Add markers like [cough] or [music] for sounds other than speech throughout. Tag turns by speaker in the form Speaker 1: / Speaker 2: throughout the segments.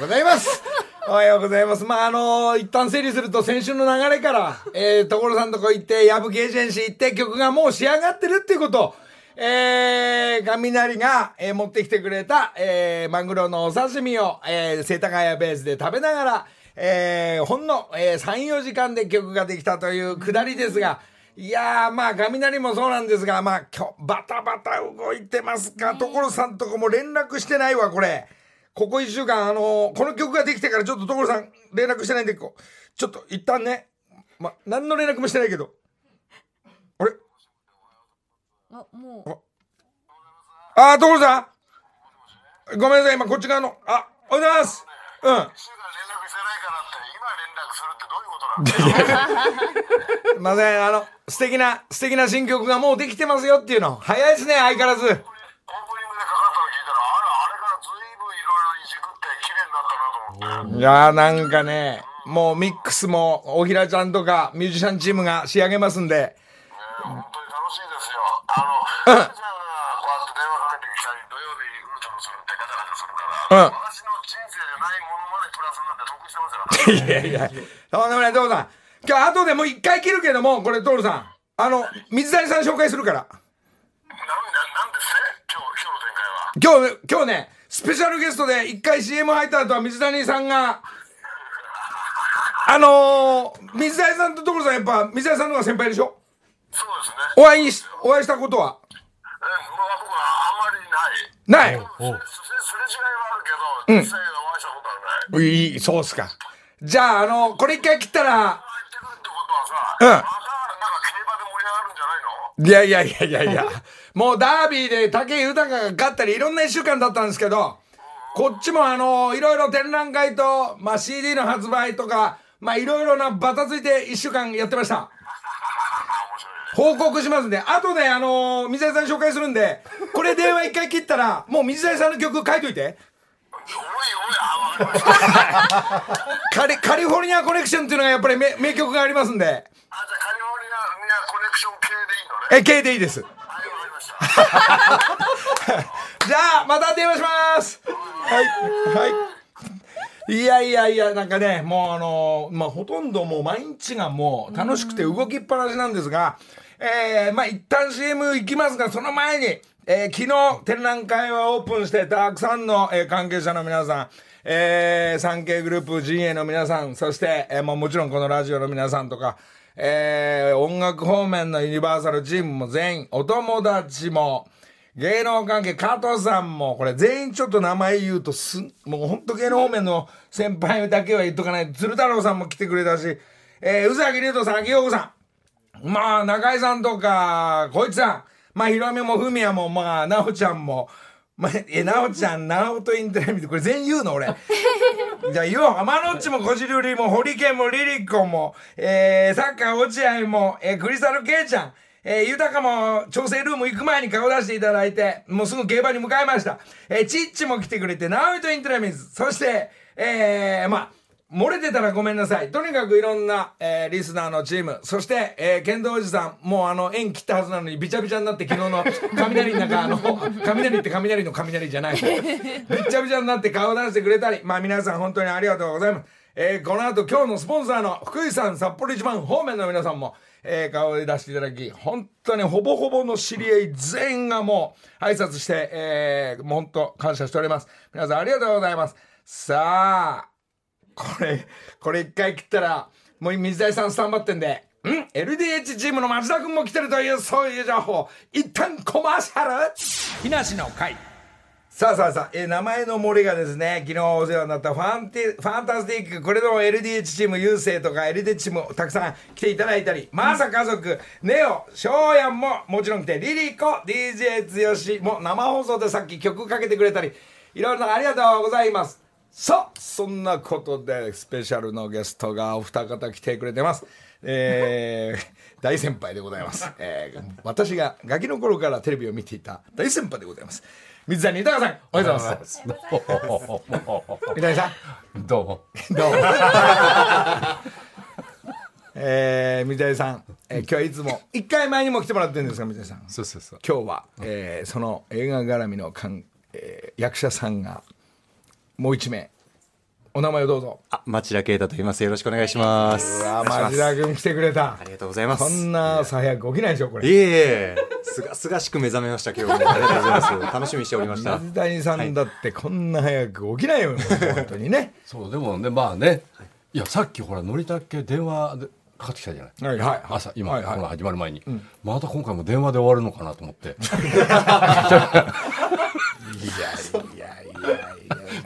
Speaker 1: ございます。おはようございます。まあ、あのー、一旦整理すると、先週の流れから、えー、所さんとこ行って、矢吹エージェンシー行って、曲がもう仕上がってるっていうこと、えー、雷が、えー、持ってきてくれた、えー、マングロのお刺身を、えー、世田谷ベースで食べながら、えー、ほんの、えー、3、4時間で曲ができたというくだりですが、いやー、まあ、雷もそうなんですが、まあ、今日、バタバタ動いてますが、所さんとこも連絡してないわ、これ。ここ一週間、あのー、この曲ができてからちょっと所さん連絡してないんで、こちょっと一旦ね、ま、何の連絡もしてないけど。あれ
Speaker 2: あ、も
Speaker 1: う。あ、あ所さんごめんなさい、今こっち側の。あ、おはようございます。うん。連絡
Speaker 3: してないからって、今連絡するってどういうことなんですかま
Speaker 1: せん、 [laughs] あの、素敵な、素敵な新曲がもうできてますよっていうの。早いですね、相変わらず。いやーなんかね、もうミックスも、大平ちゃんとかミュージシャンチームが仕上げますんで。ね、
Speaker 3: 本当に楽しいですよ。あの、うん、こうやって電話かけてきたり、土曜日うーちゃんするってガタガタするから、うん、私の人生じゃないものまでプラスなんで得してますよ、ね。いやいや、
Speaker 1: とんでもない、トーさん。今日後でもう一回切るけども、これ、トーさん。あの、水谷さん紹介するから。
Speaker 3: なん、なんですね
Speaker 1: 今日、今日の展開は。今日、今日ね、スペシャルゲストで一回 CM 入った後は水谷さんが、あのー、水谷さんと所さんやっぱ、水谷さんの方が先輩でしょ
Speaker 3: そうですね。お
Speaker 1: 会いし、お会いしたことは
Speaker 3: え、僕はあんま
Speaker 1: りない。ない
Speaker 3: すれ違いはあるけど、実際お会いしたことはない。
Speaker 1: いい、そうっすか。じゃあ、あのー、これ一回切ったら、
Speaker 3: うん。またなんか
Speaker 1: 競馬で盛り上がるんじゃないのいやいやいやいやいや。もうダービーで武豊が勝ったり、いろんな一週間だったんですけど、こっちもあの、いろいろ展覧会と、まあ、CD の発売とか、まあ、いろいろなバタついて一週間やってました。報告しますんで、後であの水谷さん紹介するんで、これ電話一回切ったら、もう水谷さんの曲書いといて。
Speaker 3: おいおい、
Speaker 1: カリ、カリフォルニアコネクションっていうのがやっぱり名名曲がありますんで。あ、じゃ
Speaker 3: あカリフォルニアコネクション系
Speaker 1: でいいのね。え、系でいいです。 [laughs] じゃあ、また電話します。はい。はい。いやいやいや、なんかね、もうあのー、まあ、ほとんどもう毎日がもう楽しくて動きっぱなしなんですが、えー、まあ、一旦 CM 行きますが、その前に、えー、昨日展覧会はオープンして、たくさんの、えー、関係者の皆さん、えー、産経グループ陣営の皆さん、そして、えー、まあ、もちろんこのラジオの皆さんとか、えー、音楽方面のユニバーサルチームも全員、お友達も、芸能関係、加藤さんも、これ全員ちょっと名前言うとす、もうほんと芸能方面の先輩だけは言っとかない。鶴太郎さんも来てくれたし、えー、宇崎竜斗さん、秋葉さん。まあ、中井さんとか、こいつさん。まあ、ひろみもふみやも、まあ、なおちゃんも。まあ、え、なおちゃん、なおとインテレビで、これ全員言うの俺。じゃあ言おう。浜のっちも、こじるりも、堀家も、リリコも、えー、サッカー落合も、えー、クリスタルケイちゃん、えー、豊かも、調整ルーム行く前に顔出していただいて、もうすぐ競馬に向かいました。えー、チッチも来てくれて、ナオミとインテレビズ。そして、えー、まあ、漏れてたらごめんなさい。とにかくいろんな、えー、リスナーのチーム。そして、えー、剣道おじさん。もうあの、縁切ったはずなのに、びちゃびちゃになって昨日の雷の中、あの、雷って雷の雷じゃない。びちゃびちゃになって顔出してくれたり。まあ皆さん本当にありがとうございます。えー、この後今日のスポンサーの福井さん、札幌一番方面の皆さんも、えー、顔で出していただき、本当にほぼほぼの知り合い全員がもう挨拶して、えー、もう本当感謝しております。皆さんありがとうございます。さあ、これ、これ一回切ったら、もう水谷さんスタンバってんで、ん ?LDH チームの町田くんも来てるという、そういう情報。一旦コマーシャル日梨の会。さあさあさあ、えー、名前の森がですね、昨日お世話になったファンティ、ファンタスティック、これでも LDH チーム、優勢とか LDH チームたくさん来ていただいたり、まさ家族、ネオ、翔やんももちろん来て、リリコ、DJ 剛しも生放送でさっき曲かけてくれたり、いろいろありがとうございます。さあ、そんなことで、スペシャルのゲストがお二方来てくれてます。えー、 [laughs] 大先輩でございます。えー、私がガキの頃からテレビを見ていた大先輩でございます。水谷豊さん、おはようございます。水谷さ
Speaker 4: ん。どうも。
Speaker 1: どうも。 [laughs] えー、水谷さん、えー、今日はいつも、一回前にも来てもらってるんですが、水谷さん。
Speaker 4: そうそうそう。
Speaker 1: 今日は、えー、その映画絡みのかん、えー、役者さんがもう一名お名前をどうぞ。
Speaker 4: あ、町田啓太と言います。よろしくお願いします。
Speaker 1: うわ、町田君来てくれた。
Speaker 4: ありがとうございます。
Speaker 1: そんな早く起きないでしょ、これ。
Speaker 4: いえすが [laughs] すがしく目覚めました、今日も。ありがとうございます。楽しみにしておりました。
Speaker 1: 水谷さんだってこんな早く起きないよ、本当にね。
Speaker 5: そう、でもね、まあね。いや、さっきほら、乗りたけ電話で。かかってきたじゃない、はい朝今、はいはい、始まる前に、また今回も電話で終わるのかなと思って
Speaker 1: いやいやいや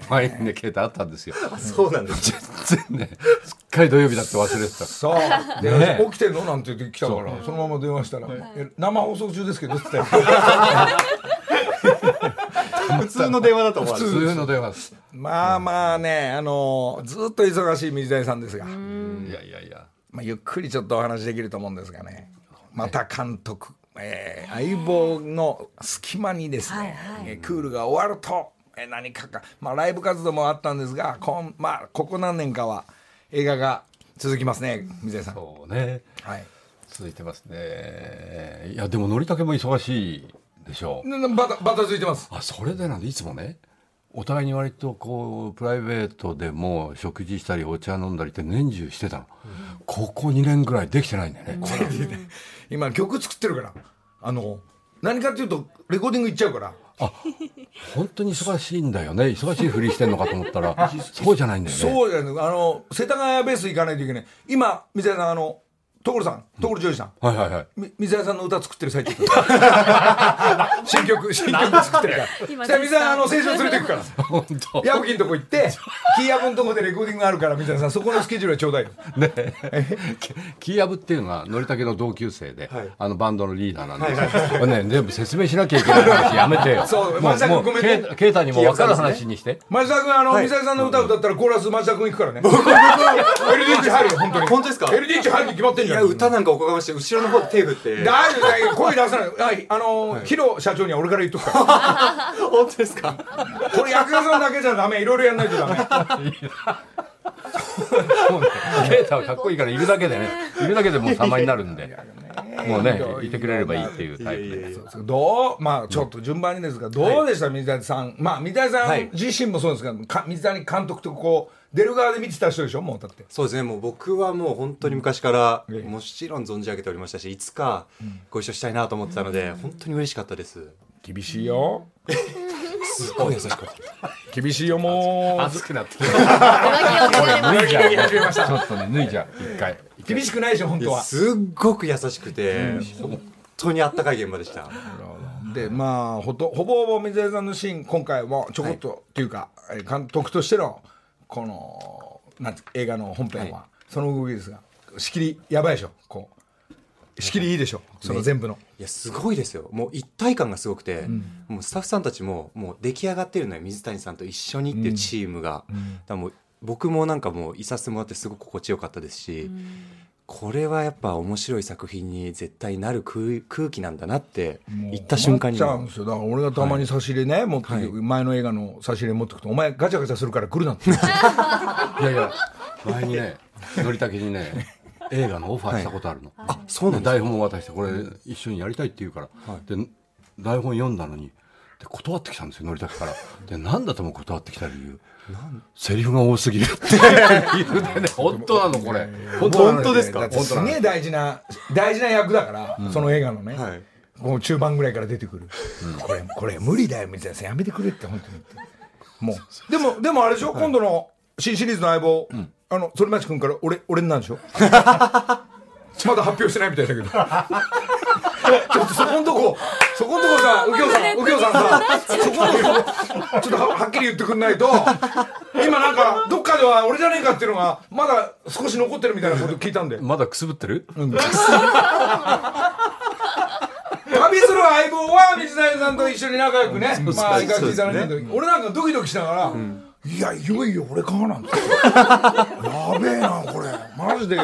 Speaker 5: 前にね携帯あったんですよ
Speaker 4: そうなんです
Speaker 5: 全然ねすっかり土曜日だって忘れてた
Speaker 1: そう、ね、起きてるのなんて言ってきたからそのまま電話したら、生放送中ですけど」って
Speaker 4: [laughs] 普通の電話だと思
Speaker 5: われる普通の電話です
Speaker 1: まあまあねあのずっと忙しい水谷さんですが
Speaker 5: いやいやいや
Speaker 1: まあ、ゆっくりちょっとお話できると思うんですがねまた監督、えー、相棒の隙間にですね、はいはい、クールが終わると、えー、何かか、まあ、ライブ活動もあったんですがこん、まあ、ここ何年かは映画が続きますね水江さん。
Speaker 5: そうね、
Speaker 1: はい、
Speaker 5: 続いてますねいやでものりたけも忙しいでしょ
Speaker 1: うバタバタついてます
Speaker 5: あそれでなんでいつもねお互いに割とこうプライベートでも食事したりお茶飲んだりって年中してたの、うん、ここ2年ぐらいできてないんだよ
Speaker 1: う
Speaker 5: ね、
Speaker 1: ん、今曲作ってるからあの何かっていうとレコーディング行っちゃうから
Speaker 5: あ本当に忙しいんだよね忙しいふりしてんのかと思ったらそうじゃないんだよね
Speaker 1: そうじゃないあの世田谷ベース行かないといけない今水谷さんあの所さん、所ジョージさん、
Speaker 5: うん、はいはいはい、
Speaker 1: 水谷さんの歌作ってる [laughs] 最中新曲、新曲作ってるから、じゃ水谷、あの青春連れてくから、 [laughs]
Speaker 5: 本当、
Speaker 1: 矢吹のとこ行って、 [laughs] キーヤブのとこでレコーディングあるから、水谷さん、そこのスケジュールはちょうだいよ。
Speaker 5: ね、 [laughs] キーヤブっていうのは、のりたけの同級生で、はい、あのバンドのリーダーなんで、はいはい、ね、全部説明しなきゃいけない話、やめてよ、
Speaker 1: そう、町田君、ごめんね、
Speaker 5: 啓太にも分かる話にして、
Speaker 1: 町田君、あの、はい、水谷さんの歌歌ったら、コーラス、町田君行くからね、僕、僕、LDH 入るよ、本当に、
Speaker 4: 本当ですか
Speaker 1: ?LDH 入るに決まってんじゃん。
Speaker 4: いや歌なんかおこがましい後ろの方で手振って
Speaker 1: 大丈夫声出さないはいあのー、はい、ヒロ社長には俺から言っとくから
Speaker 4: 本当ですか
Speaker 1: これ役者さんだけじゃダメいろいろやんないとダメ
Speaker 5: そうね啓太はかっこいいからいるだけでねいるだけでもう様になるんでもうねいてくれればいいっていうタイプで
Speaker 1: どうまあちょっと順番にですがどうでした、はい、水谷さんまあ水谷さん自身もそうですけど水谷監督とこう出る側で見てた人でしょもうだって
Speaker 4: そうですねもう僕はもう本当に昔から、もちろん存じ上げておりましたしいつかご一緒したいなと思ってたので、本当に嬉しかったです
Speaker 1: 厳しいよ
Speaker 4: すごい優しかった
Speaker 1: 厳しいよも
Speaker 5: う熱くなってきた脱いじゃうちょっとね脱いじゃう一回
Speaker 1: 厳しくないでしょ本当は
Speaker 4: すっごく優しくて本当にあったかい現場でした
Speaker 1: でまあほとほぼほぼ水谷さんのシーン今回もちょこっと、はい、っていうか監督としてのこのなん映画の本編は、はい、その動きですが仕切りやばいでしょこう仕切りいいでしょ、ね、その全部の
Speaker 4: いやすごいですよもう一体感がすごくて、うん、もうスタッフさんたちももう出来上がってるのよ水谷さんと一緒にっていうチームが、うん、だもう僕もなんかもういさせてもらってすごく心地よかったですし、うん、これはやっぱ面白い作品に絶対なる空気なんだなって言った瞬間に
Speaker 1: ちゃうんですよだから俺がたまに差し入れね、はい、持って、はい、前の映画の差し入れ持ってくと「お前ガチャガチャするから来るな」って [laughs] い
Speaker 5: やいや前にねのりたけにね映画のオファーしたことあるの、
Speaker 4: はい、あそうなん
Speaker 5: 台本を渡してこれ一緒にやりたいって言うから、で台本読んだのにで断ってきたんですよ、のりたけから。で、なんだとも断ってきた理由。セリフが多すぎるっていうでね、本当なの、これ。
Speaker 4: 本当本当ですか
Speaker 1: すげえ大事な、大事な役だから、うん、その映画のね。はい、もう中盤ぐらいから出てくる。うん、これ、これ無理だよ、みたいな。やめてくれって、本当に。もう。でも、でもあれでしょ、はい、今度の新シリーズの相棒、うん、あの、反町君から俺、俺なんでしょまだ発表してないみたいだけど。 [laughs] ちょっとそこんとこ、そこんとこさ、右京さん、右京さんさ、そこんとこ、ちょっとはっきり言ってくんないと、今なんか、どっかでは俺じゃねえかっていうのが、まだ少し残ってるみたいなこと聞いたんで。
Speaker 5: まだくすぶってる、うん、
Speaker 1: 旅する相棒は水谷さんと一緒に仲良くね、うん、まあ、行かせていただいたけど、ね、俺なんかドキドキしながら、うんいや、いよいよ俺かなんて。やべえな、これ。マジで、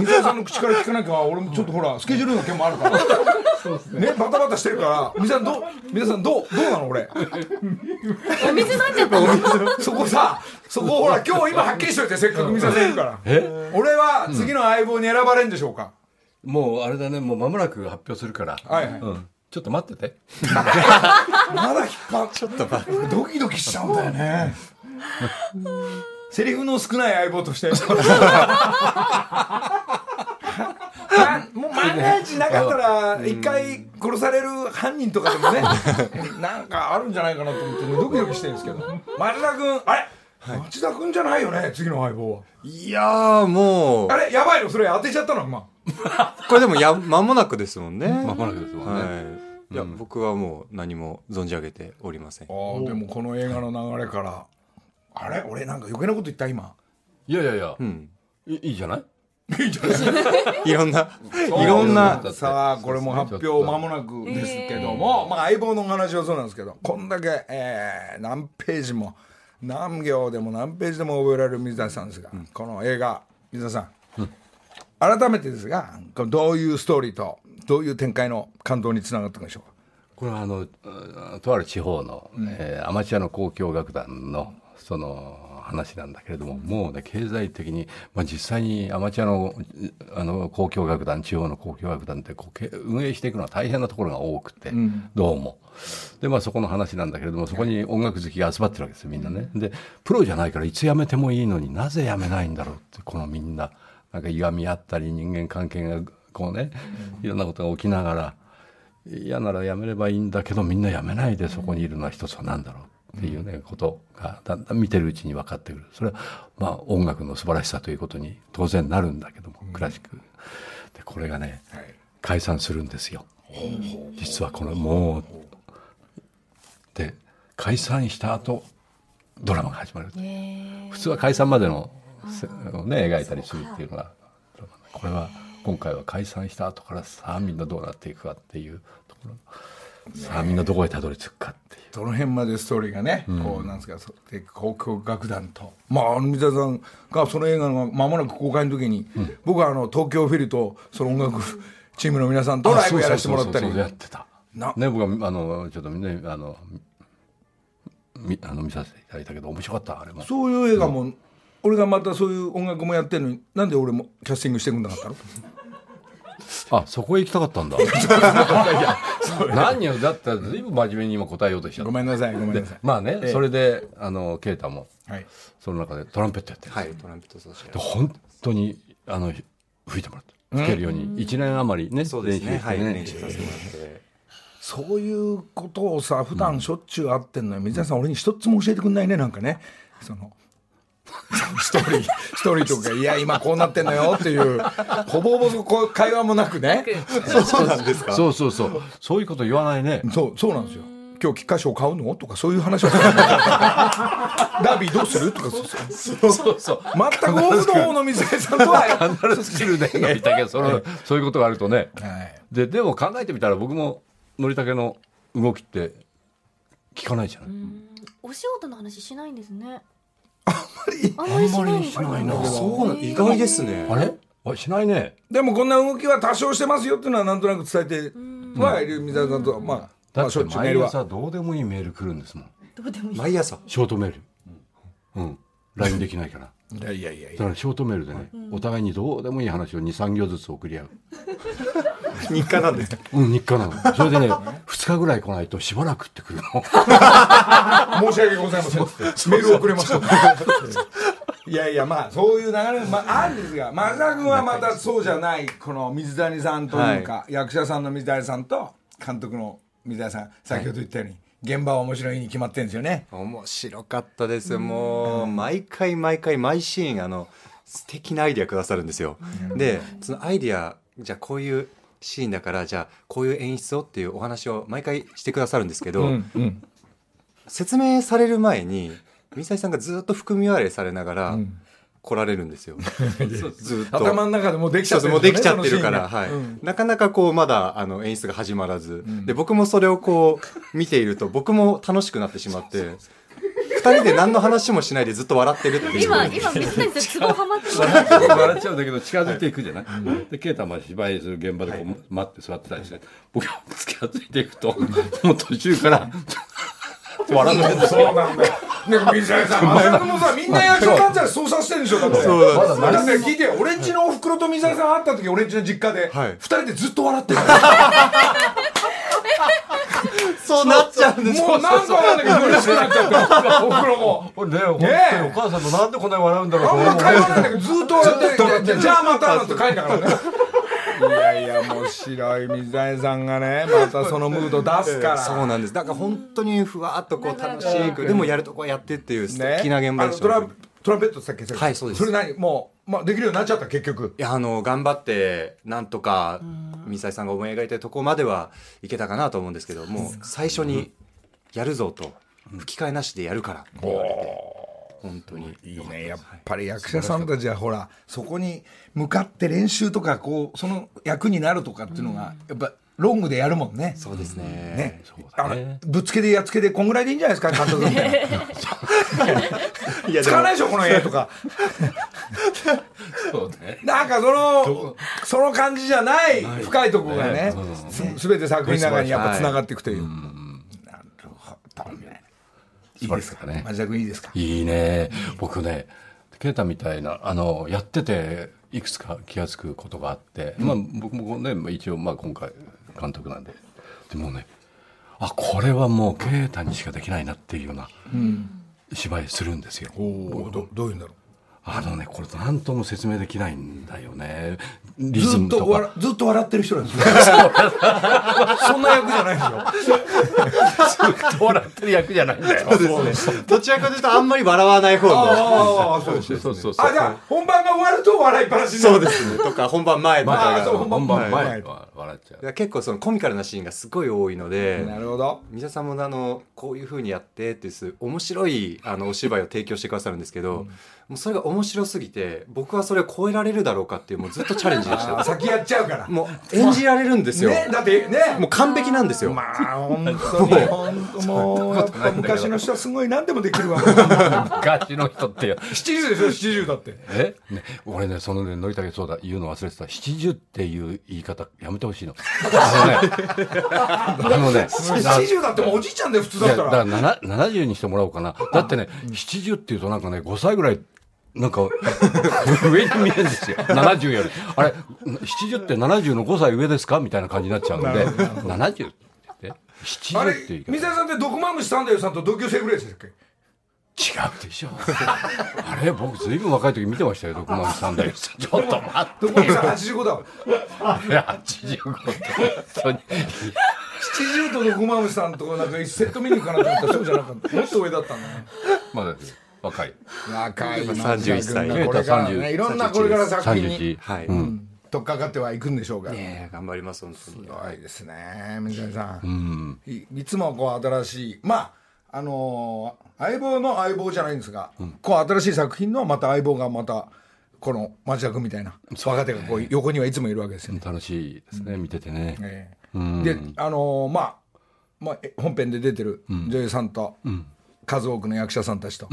Speaker 1: 水谷さんの口から聞かなきゃ、俺もちょっとほら、スケジュールの件もあるから。そうですね。ね、バタバタしてるから、水谷さん、ど、水谷さん、どう、どうなの俺。
Speaker 2: お水飲んじゃったの
Speaker 1: そこさ、そこほら、今日今はっきりしといて、せっかく水谷さんいるから。え俺は次の相棒に選ばれんでしょうか、
Speaker 5: うん、もう、あれだね、もう間もなく発表するから。
Speaker 1: はい、はい。うん
Speaker 5: ちょっと待ってて。
Speaker 1: まだ引っ張っ
Speaker 4: ちょっと
Speaker 1: ドキドキしちゃうんだよね。セリフの少ない相棒として。もう万が一なかったら一回殺される犯人とかでもねなんかあるんじゃないかなと思ってねドキドキしてるんですけど町田君あれ町田君じゃないよね次の相棒はい
Speaker 4: やーもう
Speaker 1: あれやばいのそれ当てちゃったのま
Speaker 4: これでもや [laughs] 間もなくですもんね。
Speaker 5: まもなくですもんね。
Speaker 4: はい。いや、僕はもう何も存じ上げておりません
Speaker 1: あ。ーでもこの映画の流れからあれ俺なんか余計なこと言った
Speaker 4: [laughs]
Speaker 1: 今
Speaker 5: いやいやいや
Speaker 4: う、ん。
Speaker 5: いいいじゃない
Speaker 4: いろんな、いろんな、
Speaker 1: さあこれも発表間もなくですけども、まあ、相棒のお話はそうなんですけどこんだけ、えー何ページも何行でも何ページでも覚えられる水谷さんですが、この映画水谷さん、改めてですがこれどういうストーリーとどういう展開の感動につながったんでしょうか
Speaker 5: これはあのうんとある地方の、えーアマチュアの交響楽団のその話なんだけれども、もうね経済的に、まあ、実際にアマチュアのうんあの交響楽団地方の交響楽団ってこうけ運営していくのは大変なところが多くて、どうも。でまあそこの話なんだけれどもそこに音楽好きが集まってるわけですよみんなね。でプロじゃないからいつ辞めてもいいのになぜ辞めないんだろうってこのみんななんかいがみ合ったり人間関係がこうねいろんなことが起きながら。嫌ならやめればいいんだけどみんなやめないでそこにいるのは一つは何だろうっていうね、ことがだんだん見てるうちに分かってくるそれはまあ音楽の素晴らしさということに当然なるんだけども、クラシックでこれがね、解散するんですよ、実はこのもうで解散した後ドラマが始まる、普通は解散までの、せね、描いたりするっていうのがこれは今回は解散した後からさあみんなどうなっていくかっていうところさあみんなどこへたどり着くかっていう
Speaker 1: どの辺までストーリーがね、こうなんですかそうで交響楽団とまああの水谷さんがその映画の間もなく公開の時に、僕はあの東京フィルとその音楽チームの皆さんとライブやらせてもらったり
Speaker 5: そうそうそうそうやってた
Speaker 1: な
Speaker 5: ね僕はあのちょっとみんなあのみあの見させていただいたけど面白かったあれも
Speaker 1: そういう映画も、俺がまたそういう音楽もやってるのになんで俺もキャスティングしてくんなかったの
Speaker 5: あそこへ行きたかった
Speaker 1: [laughs]
Speaker 5: んだいや何をだったら随分真面目に今答えようとしちゃっ
Speaker 1: ご
Speaker 5: た
Speaker 1: めんなさいごめんなさい、
Speaker 5: まあね、それであの啓太も
Speaker 1: はい、
Speaker 5: その中でトランペットやってる
Speaker 4: はい、トランペット奏者
Speaker 5: で。本当にあの吹いてもらった吹けるように1年余りね
Speaker 4: そうです
Speaker 5: 練習
Speaker 4: ね。
Speaker 5: し
Speaker 4: はい、
Speaker 5: てね
Speaker 4: 練習させてもらって。
Speaker 1: そういうことをさ普段しょっちゅう会ってんのに水谷さん俺に一つも教えてくんないねなんかねその [laughs] ストーリーストーリーと
Speaker 5: [laughs]
Speaker 1: かいや今こうなってんのよっていうほぼほぼこう会話もなくね
Speaker 4: そうなんですか
Speaker 5: そうそうそう。そういうこと言わないね。
Speaker 1: そうそうなんですよ今日菊花賞買うのとかそういう話はダービーどうするとかそう
Speaker 5: そうそうそう。
Speaker 1: 全くオフの方の水谷さんとは、
Speaker 5: 必ず切るね。のりたけ、その、そういうことがあるとね。 [laughs]
Speaker 1: はい
Speaker 5: で、でも考えてみたら僕も、のりたけの動きって、聞かないじゃない。
Speaker 2: お仕事の話しないんですね。あんまり
Speaker 5: あんまり
Speaker 2: しない
Speaker 5: しないな
Speaker 4: そうなん、意外ですね。
Speaker 5: あれあしないね。
Speaker 1: でもこんな動きは多少してますよっていうのはなんとなく伝えてはいる水谷さんとはまあ、ま
Speaker 5: だ
Speaker 1: あ、
Speaker 5: っ
Speaker 1: しょ
Speaker 5: て
Speaker 1: っちゅうメール
Speaker 5: 毎
Speaker 1: は
Speaker 5: 朝どうでもいいメール来るんですもん。
Speaker 2: どうでもいい。
Speaker 4: 毎朝。
Speaker 5: ショートメール。うん。LINE できないから。
Speaker 1: いやいやいやい
Speaker 5: だからショートメールでね、お互いにどうでもいい話を2、3行ずつ送り合う。
Speaker 4: 日課なんで。 [laughs]
Speaker 5: うん、日課なの。それでね、2日ぐらい来ないとしばらくってくるの。
Speaker 1: や申し訳ございませんメールをくれますいやいやまあそういう流れも、まあ、あるんですが松田君はまたそうじゃないこの水谷さんというか、役者さんの水谷さんと監督の水谷さん先ほど言ったように、現場は面白いに決まってるんですよね
Speaker 4: 面白かったですもう毎回毎回毎シーンあの素敵なアイディアくださるんですよでそのアイディアじゃあこういうシーンだからじゃあこういう演出をっていうお話を毎回してくださるんですけど、説明される前に水谷さんがずっと含み割れされながら来られるん
Speaker 1: [laughs]
Speaker 4: ですよ、ずっと
Speaker 1: 頭の中でもうできち
Speaker 4: そ
Speaker 1: ゃ
Speaker 4: う
Speaker 1: って
Speaker 4: そ
Speaker 1: るん
Speaker 4: うもうで
Speaker 1: で
Speaker 4: き
Speaker 1: す
Speaker 4: ちゃ
Speaker 1: よ
Speaker 4: っ
Speaker 1: ね
Speaker 4: てるから、
Speaker 1: その
Speaker 4: はい
Speaker 1: シーンがうん
Speaker 4: なかなかこうまだあの演出が始まらず、で僕もそれをこう見ていると僕も楽しくなってしまって二人で何の話もしないでずっと笑ってるっていう
Speaker 2: 今、今、水谷さん、ツボハマって [laughs] ます。
Speaker 5: 笑っちゃうんだけど近づいていくじゃない、で啓太も芝居する現場でこう、待って座ってたりして僕は近づいていく [laughs] ともう途中から笑ってる
Speaker 1: そうなんだよ。ねえ、水谷さん、松田君もさ、みんな役所患者操作してるんでしょ、だって。
Speaker 4: そうなんです
Speaker 1: だって聞いてよ、俺んちのお袋と水谷さん会った時、俺んちの実家で、
Speaker 4: はい
Speaker 1: 二人でずっと笑ってた。そう
Speaker 4: なっちゃうんです
Speaker 1: もうなんかわかんないけど嬉しくなっちゃったおふくろも
Speaker 5: これね、本当にお母さんとなんでこんなに笑うんだろうと
Speaker 1: あん
Speaker 5: 思う
Speaker 1: ま会話ないんだけどずっと笑ってじゃあまたなんて書いたからねいやいや面白い水谷さんがねまたそのムード出すから
Speaker 4: そうなんですだから本当にふわっとこう楽しくでもやるとこやってっていう素
Speaker 1: ね
Speaker 4: 敵な現場でし
Speaker 1: あのト
Speaker 4: た、
Speaker 1: ラトランペットさっき先生
Speaker 4: はいそうです
Speaker 1: それ何もう、まあ、できるようになっちゃった結局
Speaker 4: いやあの頑張ってなんとかミサイさんが思い描いたとこまではいけたかなと思うんですけどもう最初にやるぞと吹き替えなしでやるからって言われて本当に [laughs]
Speaker 1: いいねやっぱり役者さんたちはほらそこに向かって練習とかこうその役になるとかっていうのがやっぱロングでやるもんね
Speaker 4: そうですね
Speaker 1: ね
Speaker 5: そう
Speaker 1: あ
Speaker 5: だね
Speaker 1: のぶっつけでやっつけでこんぐらいでいいんじゃないですか監督みた [laughs] いな
Speaker 4: いや
Speaker 1: 使わないでしょこの絵とか
Speaker 5: そうね
Speaker 1: なんかそのその感じじゃない深いところがねすべて作品の中にやっぱつながっていくというなるほどね
Speaker 5: 素晴らしかったね
Speaker 1: 町田君いいですか
Speaker 5: いいね。僕ね、ケータみたいな、あの、やってて、いくつか気がつくことがあって、まあ、僕もね、まあ一応、まあ、今回、監督なんで。でもね、あ、これはもう、ケータにしかできないなっていうような、芝居するんですよ。
Speaker 1: おどどういうんだろう
Speaker 5: あのね、これ、なんとも説明できないんだよね。リズ
Speaker 1: ずっ
Speaker 5: ムと
Speaker 1: と笑
Speaker 5: か。
Speaker 1: ずっと笑ってる人なんですよそんな役じゃないです
Speaker 5: [laughs]
Speaker 1: よ
Speaker 5: 笑ってる役じゃないんだよ。
Speaker 4: どちらかというとあんまり笑わない方の
Speaker 1: [laughs] ああ、そうです。
Speaker 5: そうそうそう。
Speaker 1: あ、じゃあ、本番が終わると笑いっぱなしになる
Speaker 4: そうですねとか本番前とか
Speaker 1: まあ
Speaker 4: が
Speaker 1: そう
Speaker 5: 本番
Speaker 1: は
Speaker 5: 前
Speaker 1: い
Speaker 5: は笑っちゃう
Speaker 4: い。や結構そのコミカルなシーンがすごい多いので
Speaker 1: なるほど。
Speaker 4: 三田さんもあのこういうふうにやってっていう面白いあのお芝居を提供してくださるんですけど、もうそれが面白すぎて僕はそれを超えられるだろうかっていうもうずっとチャレンジでし
Speaker 1: あー
Speaker 4: た
Speaker 1: 先やっちゃうから。
Speaker 4: もう演じられるんですよ、
Speaker 1: ね、だってね。
Speaker 4: もう完璧なんですよ、
Speaker 1: まあ、本当に、本当もう、やっぱ昔の人はすごい何でもできるわ。70
Speaker 5: 昔の人ってよ。
Speaker 1: でしょ、70だって。
Speaker 5: え、ね、俺ね、そのね、のりたけそうだ、言うの忘れてた。70っていう言い方、やめてほしいの。あのね、あ
Speaker 1: [laughs]
Speaker 5: のね、な
Speaker 1: 70だってもうおじいちゃんで普通
Speaker 5: い
Speaker 1: だっ
Speaker 5: や
Speaker 1: た
Speaker 5: だ
Speaker 1: ら。
Speaker 5: からなな70にしてもらおうかな。だってね、70っていうとなんかね、5歳ぐらい、なんか、 [laughs] 上に見えるんですよ。70より。あれ、70って70の5歳上ですかみたいな感じになっちゃうので、70って言って、
Speaker 1: あ
Speaker 5: 70
Speaker 1: れ
Speaker 5: って言い、方。
Speaker 1: 水谷さんって毒マムシサンダさんと同級生ぐらいでしたっけ
Speaker 5: 違うでしょ。あれ、僕ずいぶん若い時見てましたよ、毒丸さ
Speaker 1: [laughs]
Speaker 5: んだよ。ちょっと待って。
Speaker 1: 毒マムシさん85だわ。
Speaker 5: 85って本当に
Speaker 1: 70と毒マムシさんとなんか一セットメニューかなと思ったらそうじゃなかった。もっと上だったんだね。
Speaker 5: まだです若い
Speaker 1: 若い
Speaker 4: 31歳
Speaker 1: これからね、いろんなこれから作品に
Speaker 5: 31
Speaker 4: はい、
Speaker 1: 取っかかってはいくんでしょうが。
Speaker 4: ねえ頑張ります本当に
Speaker 1: すごいですね、水谷さん。いいつもこう新しい、まあ、あのー相棒の相棒じゃないんですが、こう新しい作品のまた相棒がまた、この町田君みたいな若手がこう横にはいつもいるわけですよね。
Speaker 5: 楽しいですね見ててね
Speaker 1: ええで、あのーまあ、まあ、え本編で出てる女優さんと、数多くの役者さんたちと、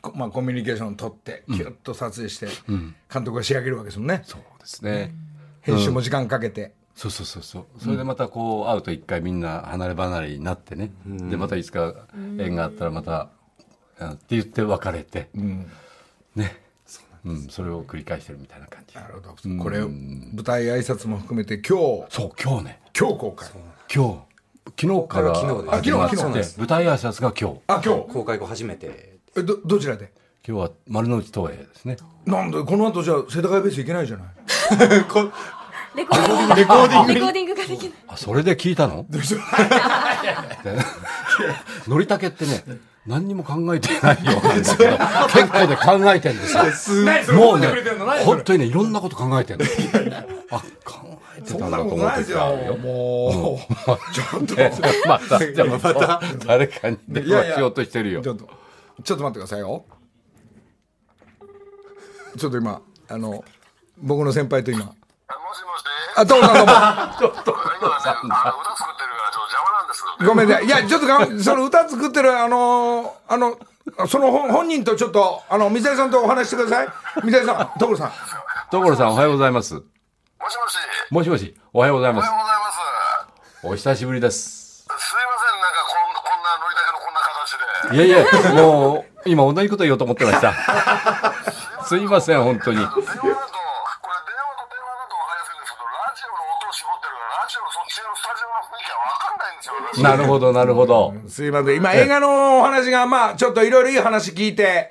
Speaker 1: こまあ、コミュニケーションを取って、キュッと撮影して、監督が仕上げるわけですもんね。
Speaker 5: そうですね
Speaker 1: 編集も時間かけて。
Speaker 5: そうそうそうそうそれでまたこう会うと一回みんな離れ離れになってねでまたいつか縁があったらまたあって言って別れてねうんそれを繰り返してるみたいな感じ
Speaker 1: なるほど。これ、舞台挨拶も含めて、今日、
Speaker 5: そう今日ね
Speaker 1: 今日公開。
Speaker 5: 今日昨日から
Speaker 4: これは
Speaker 5: 始
Speaker 4: 昨日です
Speaker 5: まっ
Speaker 1: あ
Speaker 5: て
Speaker 1: 昨日昨日で
Speaker 5: 舞台挨拶が今日
Speaker 1: あ、今日。
Speaker 4: 公開後初めて
Speaker 1: え、ど、どちらで
Speaker 5: 今日は丸の内東映ですね
Speaker 1: なんで、この後じゃあ、世田谷ベース行けないじゃない。
Speaker 2: レコーディングレコーディングレコーディングができない
Speaker 5: あそれで聞いた
Speaker 1: [laughs]
Speaker 5: ののりたけってね何にも考えてないようなんだ
Speaker 1: [laughs]
Speaker 5: けど結構で考えてんですよ
Speaker 1: 何それ
Speaker 5: もうね
Speaker 1: 覚えてくれてんの何それ
Speaker 5: 本当にねいろんなこと考えてんのあ考えて
Speaker 1: そ
Speaker 5: た
Speaker 1: ん
Speaker 5: ん
Speaker 1: な
Speaker 5: だ
Speaker 1: ことと
Speaker 5: 思っ
Speaker 1: ない
Speaker 5: て
Speaker 1: です
Speaker 5: き
Speaker 1: よ
Speaker 5: たよ。
Speaker 1: も [laughs] う、ちょっと、
Speaker 5: また、
Speaker 1: [laughs]
Speaker 5: じゃあまた、誰かに電話しようとしてるよ。
Speaker 1: ちょっと、ちょっと待ってくださいよ。ちょっと今、あの、僕の先輩と今。
Speaker 3: あもしもし。
Speaker 1: あ、どうもどうも。
Speaker 3: 今ね、あの歌作ってるから、ちょっと邪魔なんですけどね。
Speaker 1: ごめんね。いや、ちょっとがん、その歌作ってる、あのー、あの、その本本人とちょっと、あの、水谷さんとお話ししてください。水谷さん、所さん。
Speaker 5: 所さんおはようございます。
Speaker 3: もしもし。
Speaker 5: もしもし、おはようござい
Speaker 3: お
Speaker 5: ま
Speaker 3: は
Speaker 5: す
Speaker 3: よ。うございます。
Speaker 5: お久しぶりです。
Speaker 3: すいません、なんかこんこんな、乗りたけのこんな形で。
Speaker 5: いやいや、もう、今同じこと言おうと思ってました。すいません、本当に。
Speaker 3: 電話だと、これ電話と電話だと分かりやすいんですけど、ラジオの音を絞ってるから、ラジオのそっちのスタジオの雰囲気はわかんないんですよ、私。
Speaker 5: なるほど、なるほど。
Speaker 1: すいません。今、映画のお話が、まあ、ちょっといろいろいい話聞いて、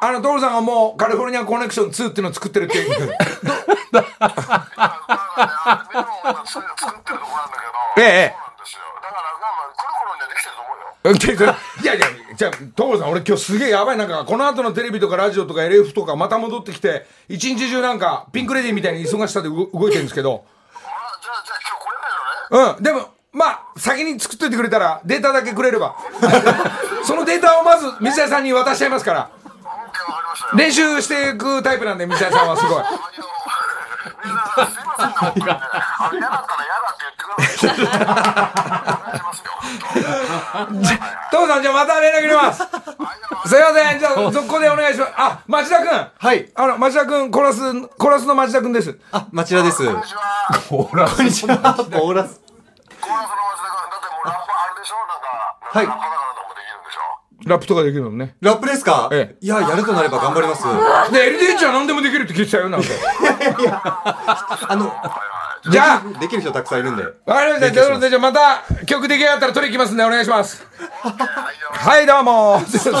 Speaker 1: あの、トールさんがもう、カリフォルニアコネクション2っていうのを作ってるっていう。ええ
Speaker 3: だからね、あれメロンを今作ってるところなんだけど、そうなんですよ。だから、まあ、来る頃にはできてると思うよ。
Speaker 1: [laughs] いやいや、じゃあ、トールさん、俺今日すげえやばい。なんか、この後のテレビとかラジオとか LF とかまた戻ってきて、一日中なんか、ピンクレディーみたいに忙しさで動動いてるんですけど、
Speaker 3: まあ、じゃあ、じゃあ今日来れない
Speaker 1: う
Speaker 3: よね。
Speaker 1: ん、でも、まあ、先に作っといてくれたら、データだけくれれば。 [laughs] そのデータをまず、水谷さんに渡しちゃいますから。
Speaker 3: オッケー、わかりましたよ。
Speaker 1: 練習していくタイプなんで、水谷さんはすごい。
Speaker 3: はいどうも皆さんすいませんね、本当にね。あれ嫌だったら嫌だって言ってください。お願いしますよ、本当。
Speaker 1: トールさん、じゃあまた連絡入れます。
Speaker 3: はいどうも
Speaker 1: すいません、じゃあ、続行でお願いします。あ、町田くん。
Speaker 4: はい
Speaker 1: あの、町田くん、コラス、コラスの町田くんです。
Speaker 4: あ、町田です。
Speaker 3: こんにちは。
Speaker 5: ほら、
Speaker 4: こんにちは。ボ [laughs] ーラス。
Speaker 3: コーラスの町だから、だってもうラッパあれでしょなんか、
Speaker 4: はい
Speaker 3: ラッパだからとかできるんでしょ
Speaker 1: ラップとかできるのね。
Speaker 4: ラップですか
Speaker 1: え
Speaker 4: いや、やるとなれば頑張ります。
Speaker 1: で、LDH は何でもできるって聞いてたよ、なんか。
Speaker 4: あの、
Speaker 1: じゃあ、
Speaker 4: できる人たくさんいるんで。
Speaker 1: わかりました。じゃあ、じゃあまた、曲出来上がったら取りに行きますんで、お願いします。はい、どうも。すご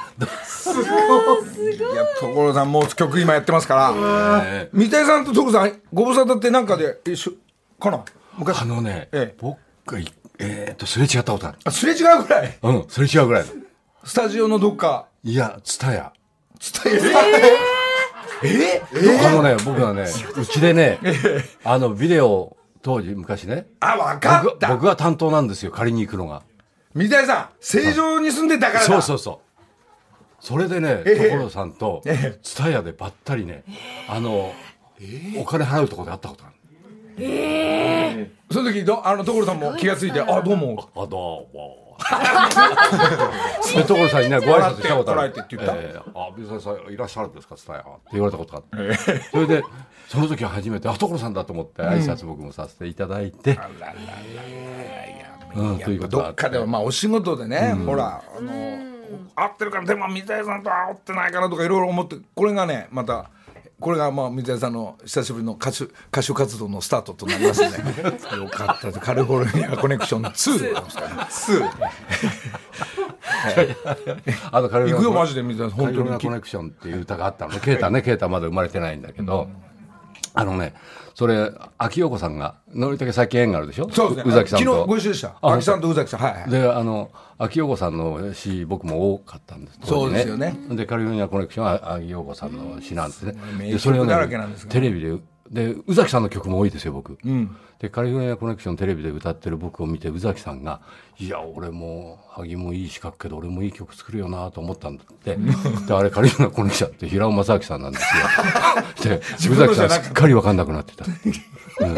Speaker 1: い。いや、所さん、もう曲今やってますから。三谷さんと所さん、ご無沙汰ってなんかで一緒かな昔
Speaker 5: あ。のね、
Speaker 1: ええ
Speaker 5: 僕がい、えーっと、すれ違ったことある。
Speaker 1: あすれ違うぐらい、
Speaker 5: うん、すれ違うぐらいの。
Speaker 1: スタジオのどっか。
Speaker 5: いや、ツタヤ。
Speaker 1: えええ
Speaker 5: あのね、僕はね、うちでね、あの、ビデオ、当時、昔ね、
Speaker 1: あ、わかっ
Speaker 5: 僕
Speaker 1: た
Speaker 5: 僕が担当なんですよ、借りに行くのが。
Speaker 1: 三谷さん、正常に住んでたからだ。
Speaker 5: そうそうそう。それでね、
Speaker 1: ええ
Speaker 5: 所さんと
Speaker 1: ええ、
Speaker 5: ツタヤでばったりね、あの、お金払うとこで会ったことある。
Speaker 1: その時ど、あの、所さんも気がついて、あ、どうも。
Speaker 5: あ、どう [laughs] も。で所さんにね、ご挨拶したことある。
Speaker 1: 払って払えって言った
Speaker 5: ええあ、水谷さんいらっしゃるんですか、ツタヤ。って言われたことがあって。それで、その時は初めて、あ、所さんだと思って、挨拶僕もさせていただいて、うん、ということが
Speaker 1: ど
Speaker 5: あ
Speaker 1: っかでは、まあ、お仕事でね、ほら、あの、合ってるから、でも、三谷さんとは合ってないかなとか、いろいろ思って、これがね、また、これが、まあ、三谷さんの久しぶりの歌手、歌手活動のスタートとなりますね。 [laughs] よかったです。カリフォルニアコネクション2でございますからね。
Speaker 5: あの、カリ
Speaker 1: 行く
Speaker 5: フォル
Speaker 1: よ、
Speaker 5: ニア
Speaker 1: マジで、三谷さん。
Speaker 5: カ
Speaker 1: 本
Speaker 5: リフォルニ
Speaker 1: 当
Speaker 5: アコ
Speaker 1: に。
Speaker 5: ネクションっていう歌があったのね。ケータね、ケータまだ生まれてないんだけど、あのね、それ、秋横さんが、のりたけ最近縁があるでしょ
Speaker 1: そうですね。
Speaker 5: 宇崎さんと。
Speaker 1: 昨日ご一緒でした。
Speaker 5: あ
Speaker 1: 秋さんと宇崎さん。はいはい。
Speaker 5: であの秋陽子さんの詩僕も多かったんです当時
Speaker 1: そうですよね
Speaker 5: でカリフォルニアコネクションは秋陽子さんの詩なんですね、
Speaker 1: 名
Speaker 5: で
Speaker 1: 曲だらけなんですが
Speaker 5: テレビでで宇崎さんの曲も多いですよ僕、でカリフォルニアコネクションテレビで歌ってる僕を見て宇崎さんが「いや俺も萩もいい詩書くけど俺もいい曲作るよな」と思ったんだ
Speaker 1: [laughs]
Speaker 5: ってであれカリフォルニアコネクションって平尾正明さんなんで
Speaker 1: [laughs]
Speaker 5: すよで宇
Speaker 1: 分の
Speaker 5: 崎
Speaker 1: じ
Speaker 5: さ
Speaker 1: ゃ
Speaker 5: ん
Speaker 1: な
Speaker 5: す
Speaker 1: く
Speaker 5: っかり分かんなくなってた
Speaker 1: い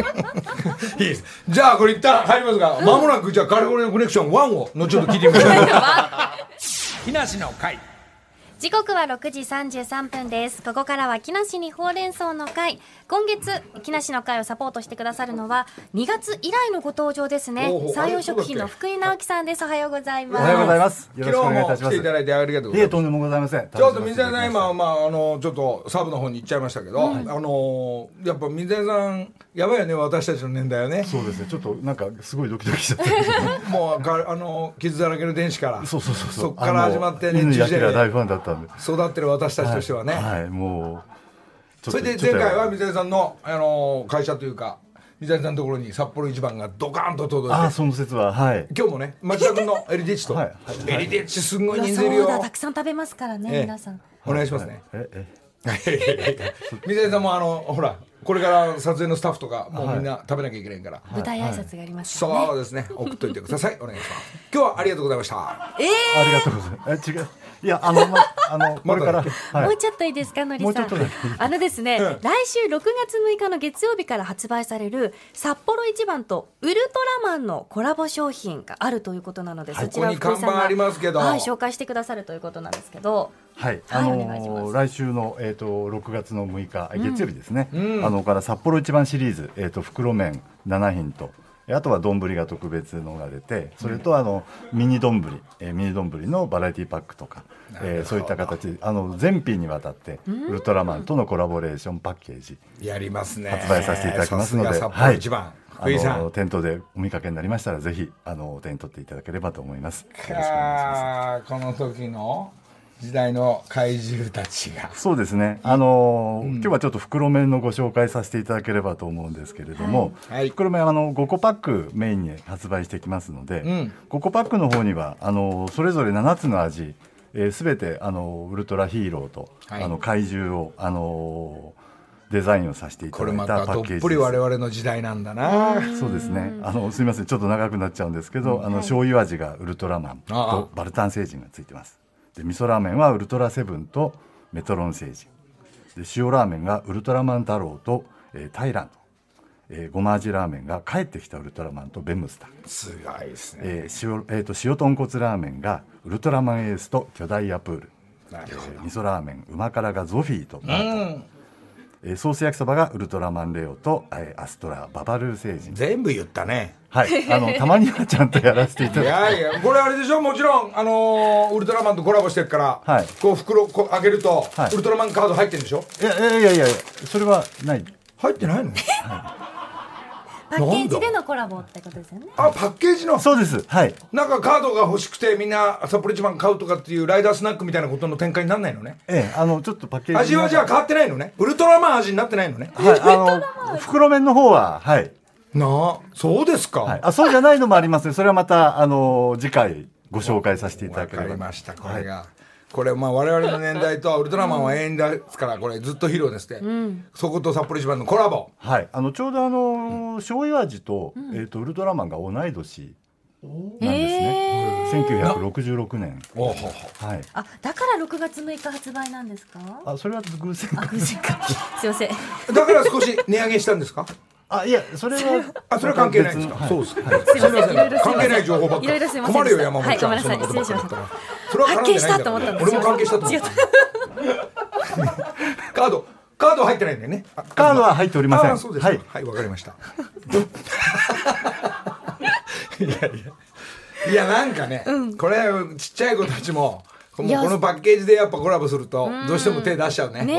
Speaker 1: いです。じゃあ、これ一旦入りますが、まもなく、じゃあ、カリフォルニアコネクション1を、後ほど聞いてみましょう。木梨の会。
Speaker 2: 時刻は6時33分です。ここからは木梨にほうれん草の会。今月、木梨の会をサポートしてくださるのは、2月以来のご登場ですね
Speaker 1: おうおう。
Speaker 2: 山陽食品の福井直樹さんです。おはようございます。
Speaker 6: おはようございます。よ
Speaker 1: 昨
Speaker 6: ろしくお
Speaker 1: 日
Speaker 6: 願いい
Speaker 1: も
Speaker 6: たし
Speaker 1: 来
Speaker 6: ま
Speaker 1: て
Speaker 6: す。
Speaker 1: いただいてありがとうご
Speaker 6: い
Speaker 1: ざい
Speaker 6: え、
Speaker 1: ます。
Speaker 6: とんでもございません。
Speaker 1: ちょっと水谷さん、
Speaker 6: 楽しませていただきま
Speaker 1: 今、まあ、あの、ちょっとサブの方に行っちゃいましたけど、あの、やっぱ水谷さん、やばいよね、私たちの年代はね
Speaker 6: した。そうですね。ちょっとなんかすごいドキドキしちゃって。
Speaker 1: [laughs] もう、かあの、傷だらけの電子から、
Speaker 6: そうそうそうう。
Speaker 1: そっから始まって、
Speaker 6: ね。
Speaker 1: ね、
Speaker 6: 犬
Speaker 1: 中
Speaker 6: や
Speaker 1: 時
Speaker 6: きら
Speaker 1: 代
Speaker 6: 大
Speaker 1: で
Speaker 6: ファンだったんで。
Speaker 1: 育ってる私たちとしてはね。
Speaker 6: はい、もう。
Speaker 1: それで前回は水谷さんの、あの、会社というか、水谷さんのところに札幌一番がドカーンと届い
Speaker 6: あ
Speaker 1: て
Speaker 6: あ、。その説は、はい。
Speaker 1: 今日もね町田君
Speaker 6: [laughs]
Speaker 1: の LDH と、
Speaker 6: はい
Speaker 1: LDH すごい
Speaker 2: い
Speaker 1: 人
Speaker 2: や
Speaker 1: 数いる
Speaker 2: そう
Speaker 1: よ
Speaker 2: だ、たくさん食べますからね、
Speaker 1: ええ
Speaker 2: 皆さん。
Speaker 1: お願いしますね
Speaker 6: え、え、
Speaker 1: 水谷さんもあのほらこれから撮影のスタッフとかもうみんな食べなきゃいけないから、
Speaker 2: 舞台挨拶がありますからね。
Speaker 1: そうですね送っといてくださいお願いします今日はありがとうございました
Speaker 6: ありがとうございます。え、違う。いや、あの、ま、あの、
Speaker 1: [laughs]
Speaker 6: これから。
Speaker 2: も
Speaker 6: は
Speaker 2: う
Speaker 6: い。
Speaker 2: ちょっといいですか、のり
Speaker 6: もうち
Speaker 2: さ
Speaker 6: ょっ
Speaker 2: ん
Speaker 6: とだ。
Speaker 2: あのですね、来週6月6日の月曜日から発売される札幌一番とウルトラマンのコラボ商品があるということなので、そちら
Speaker 1: ここに
Speaker 2: 福井さん
Speaker 1: 看板
Speaker 2: が
Speaker 1: ありますけど
Speaker 2: はい、紹介してくださるということなんですけど、
Speaker 6: はい、
Speaker 2: は
Speaker 6: あ
Speaker 2: いお願いしま
Speaker 6: の
Speaker 2: す
Speaker 6: ー来週のえっ、と6月の6日、月曜日ですね。あのから札幌一番シリーズえっ、と袋麺7品と。えであとは丼が特別のが出てそれとあのミニ丼、えーミニ丼のバラエティパックとか、えーそういった形であの全品にわたってウルトラマンとのコラボレーションパッケージ
Speaker 1: やりますね
Speaker 6: 発売させていただきますので、
Speaker 1: さすが札幌一番、
Speaker 6: は
Speaker 1: 福
Speaker 6: い、
Speaker 1: 井さ
Speaker 6: あ
Speaker 1: ん
Speaker 6: の店頭でお見かけになりましたらぜひあのお手に取っていただければと思いますよろしくお願いします
Speaker 1: あーこの時の時代の怪獣たちが
Speaker 6: そうですねあのー今日はちょっと袋麺のご紹介させていただければと思うんですけれども、
Speaker 1: はいはい
Speaker 6: 袋麺あの5個パックメインに発売してきますので、
Speaker 1: ん
Speaker 6: 5個パックの方にはあのーそれぞれ7つの味えー、全てあのーウルトラヒーローと、
Speaker 1: はい
Speaker 6: あの怪獣をあのーデザインをさせていた
Speaker 1: こ
Speaker 6: だ
Speaker 1: れ
Speaker 6: い
Speaker 1: ま
Speaker 6: た
Speaker 1: た
Speaker 6: パ
Speaker 1: ど
Speaker 6: ッ
Speaker 1: っ
Speaker 6: ケージです。
Speaker 1: ぷり我々の時代なんだな
Speaker 6: そうですね。あのすみません、ちょっと長くなっちゃうんですけど、あの醤油味がウルトラマン
Speaker 1: ああ
Speaker 6: とバルタン星人がついてます。で味噌ラーメンはウルトラセブンとメトロン星人。で塩ラーメンがウルトラマン太郎と、えー、タイランド。えー、ごま味ラーメンが帰ってきたウルトラマンとベムスター。
Speaker 1: すごいですね
Speaker 6: えー塩えーと塩豚骨ラーメンがウルトラマンエースと巨大アプール。
Speaker 1: なるほど
Speaker 6: 味噌ラーメンうま辛がゾフィーとマートン。
Speaker 1: うん
Speaker 6: えーソース焼きそばがウルトラマンレオと、えーアストラババルー星人。
Speaker 1: 全部言ったね
Speaker 6: はい、あのたまにはちゃんとやらせてい
Speaker 1: い
Speaker 6: ただ
Speaker 1: やいやこれあれでしょもちろんあのーウルトラマンとコラボしてるから、
Speaker 6: はい
Speaker 1: こう袋こう開けると、
Speaker 6: はい
Speaker 1: ウルトラマンカード入ってるんでしょ
Speaker 6: いやいやいやいやそれはない
Speaker 1: 入ってないの
Speaker 2: パッケージでのコラボってことですよね
Speaker 1: あパッケージの
Speaker 6: そうですはい
Speaker 1: なんかカードが欲しくてみんな札幌一番買うとかっていうライダースナックみたいなことの展開になんないのね
Speaker 6: ええあのちょっとパッケージ
Speaker 1: 味はじゃあ変わってないのねウルトラマン味になってないのね
Speaker 6: はいあの袋麺の方ははい、
Speaker 1: なあそうですか、
Speaker 6: はい、あそうじゃないのもありますねそれはまたあの次回ご紹介させていただ
Speaker 1: わ
Speaker 6: け
Speaker 1: か
Speaker 6: れ
Speaker 1: り
Speaker 6: ば
Speaker 1: ましたこれが、これまあ我々の年代とはウルトラマンは永遠ですからこれずっとヒーローですって、そこと札幌一番のコラボ
Speaker 6: はいあのちょうどあの、醤油味と,、えー、とウルトラマンが同い年なんですね、1966年
Speaker 1: おう
Speaker 6: はい
Speaker 2: あだから6月6日発売なんですか
Speaker 6: あそれは偶然
Speaker 2: あ、藤川すいません
Speaker 1: だから少し値上げしたんですか
Speaker 6: あいやそれ [laughs] は
Speaker 1: あそれは関係ないんですか、
Speaker 6: 別の
Speaker 1: そう
Speaker 6: はい
Speaker 1: ですか、すいません関係ない情報ばっか
Speaker 2: いろいろすいません
Speaker 1: 困るよ山本ちゃん、
Speaker 2: はいごめんなさい
Speaker 1: そなこと
Speaker 2: 発見
Speaker 1: ばっかり言ったらそれは絡んで
Speaker 2: し
Speaker 1: ない
Speaker 2: た
Speaker 1: んだ
Speaker 2: と思ったんです
Speaker 1: 俺も関係したと思
Speaker 2: 違
Speaker 1: っ
Speaker 2: った
Speaker 1: たカードカード入ってないんだよねあ
Speaker 6: カードは入っておりません
Speaker 1: あそうですか
Speaker 6: はい
Speaker 1: はいわかりました [laughs] いやいやいやなんかね、これちっちゃい子たちももう
Speaker 2: いや
Speaker 1: このパッケージでやっぱコラボするとどうしても手出しちゃうねわ、
Speaker 2: ね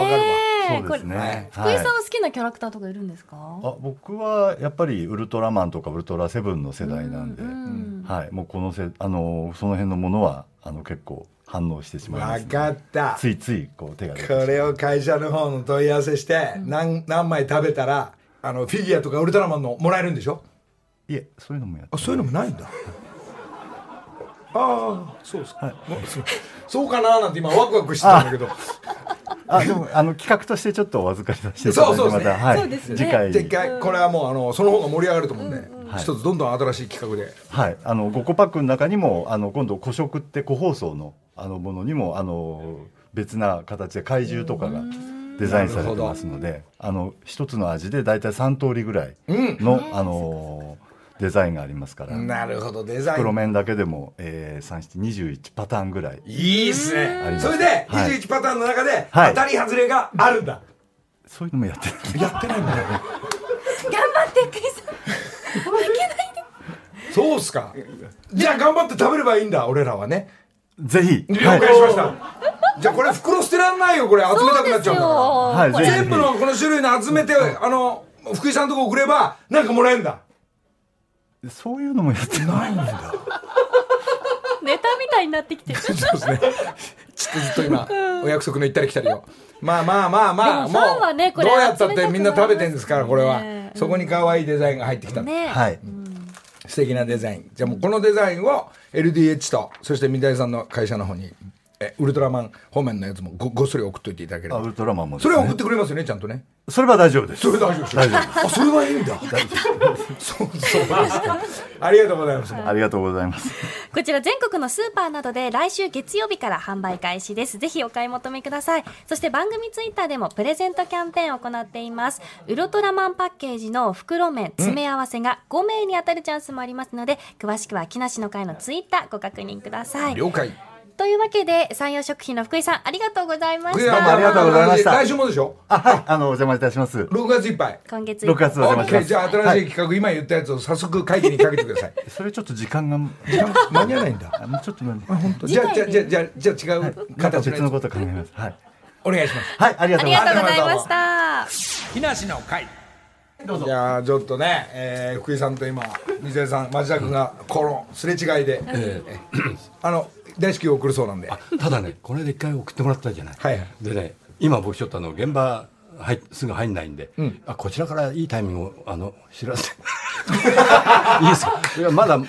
Speaker 2: え
Speaker 1: かるわ
Speaker 6: そうです
Speaker 2: これ
Speaker 6: ね、はい
Speaker 2: 福井さんは好きなキャラクターとかいるんですか
Speaker 6: あ僕はやっぱりウルトラマンとかウルトラセブンの世代なんで、はい、もうこのせあのその辺のものはあの結構反応してしまいま
Speaker 1: わ
Speaker 6: すね、
Speaker 1: かった
Speaker 6: ついついこう手が出てし
Speaker 1: こ
Speaker 6: まう
Speaker 1: れを会社の方の問い合わせして、何何枚食べたらあのフィギュアとかウルトラマンのもらえるんでしょ
Speaker 6: いえそういうのもやって
Speaker 1: あそういうのもないんだああそうですか、もうそうそうかなーなんて今ワクワクしてたんだけど
Speaker 6: あでもあの企画としてちょっとお預かりさせていただいて
Speaker 1: そうそう
Speaker 6: ま
Speaker 1: ですね
Speaker 6: た、はい
Speaker 2: そうですね
Speaker 6: 次回
Speaker 1: で一回これはもうあのその方が盛り上がると思うんで、
Speaker 6: はい
Speaker 1: 一つどんどん新しい企画で
Speaker 6: はい、あの5個パックの中にもあの今度古食って個包装のあのものにもあの別な形で怪獣とかがデザインされてますのであの一つの味で大体3通りぐらいの、あのデザインがありますから、
Speaker 1: なるほどデザイ
Speaker 6: 黒
Speaker 1: ン
Speaker 6: 麺だけでも、えー、21パターンぐらい
Speaker 1: いいっす
Speaker 6: あり
Speaker 1: ね
Speaker 6: ます
Speaker 1: それで
Speaker 6: はい
Speaker 1: 21パターンの中で当
Speaker 6: はい
Speaker 1: たり外れがあるんだ、
Speaker 6: そういうのもやって
Speaker 1: [laughs]
Speaker 6: る
Speaker 1: やってないんだよね
Speaker 2: 頑張って福井さん
Speaker 1: そうっすかじゃあ頑張って食べればいいんだ俺らはね
Speaker 6: ぜひ
Speaker 1: 了
Speaker 6: はい
Speaker 1: 解しました、じゃあこれ袋捨てらんないよこれ集めたくなっちゃうんだか
Speaker 6: はい
Speaker 2: これ
Speaker 1: ら
Speaker 6: ぜ
Speaker 1: 全部のこの種類の集めてあの福井さんのとこ送ればなんかもらえんだ
Speaker 6: そういうのもやってないんだ
Speaker 2: ネタみたいになってきてる
Speaker 1: そうですね。ちょっとずっと今、お約束の行ったり来たりを。まあまあまあまあ、
Speaker 2: でもファンはね
Speaker 1: もう
Speaker 2: これ
Speaker 1: どうやったってみんな食べてるんですから、これは
Speaker 2: ね。
Speaker 1: そこに可愛いデザインが入ってきた。
Speaker 2: ね
Speaker 6: はい
Speaker 1: 素敵なデザイン。じゃあもうこのデザインを LDH と、そして三谷さんの会社の方に、えウルトラマン方面のやつもごごっそり送っといていただけれ
Speaker 6: あ
Speaker 1: ば
Speaker 6: ウ。ルトラマンもです
Speaker 1: そ
Speaker 6: ね
Speaker 1: れは送ってくれますよね、ちゃんとね。
Speaker 6: それは大丈夫です
Speaker 1: それ大丈夫です。
Speaker 6: 大丈夫
Speaker 1: あ、それはいいんだ。 [laughs] そう、 [laughs] そうですか。ありがとうございます。
Speaker 6: ありがとうございます
Speaker 2: こちら全国のスーパーなどで来週月曜日から販売開始です。ぜひお買い求めください。そして番組ツイッターでもプレゼントキャンペーンを行っています。ウルトラマンパッケージの袋麺詰め合わせが5名に当たるチャンスもありますので、詳しくは木梨の会のツイッターご確認ください。
Speaker 1: 了解。
Speaker 2: というわけで山陽食品の福井さんありがとうございまし
Speaker 6: どうも
Speaker 2: た
Speaker 6: ありがとうございました
Speaker 1: 来週もでしょ
Speaker 6: あはいあのお邪魔いたします
Speaker 1: 6月いっぱい
Speaker 2: 今月
Speaker 6: 6月お邪魔し
Speaker 1: OK
Speaker 6: ま
Speaker 1: じ
Speaker 6: す
Speaker 1: ゃあ新しい企画、今言ったやつを早速会議にかけてください
Speaker 6: それちょっと時間が
Speaker 1: 時間間に合わないんだ
Speaker 6: あもうちょっと何
Speaker 1: [laughs] じゃあじゃあじゃあじゃあじゃあじゃあ違う
Speaker 6: また
Speaker 1: 形の
Speaker 6: 別
Speaker 1: や
Speaker 6: の
Speaker 1: つ
Speaker 6: こと考えますはい
Speaker 1: お願いします
Speaker 6: はいありが
Speaker 2: あ
Speaker 6: とう
Speaker 2: り
Speaker 6: ございます
Speaker 2: がとうございました
Speaker 1: 木梨の会どうぞいやーちょっとね、えー福井さんと今水江さん町田君がこのすれ違いで、えーあの大至急送るそうなんで
Speaker 5: ただねこの間一回送ってもらったじゃない、
Speaker 1: はいはい
Speaker 5: でね今僕ちょっとあの現場入っすぐ入んないんで、あこちらからいいタイミングをあの知らせていいですかいやまだいい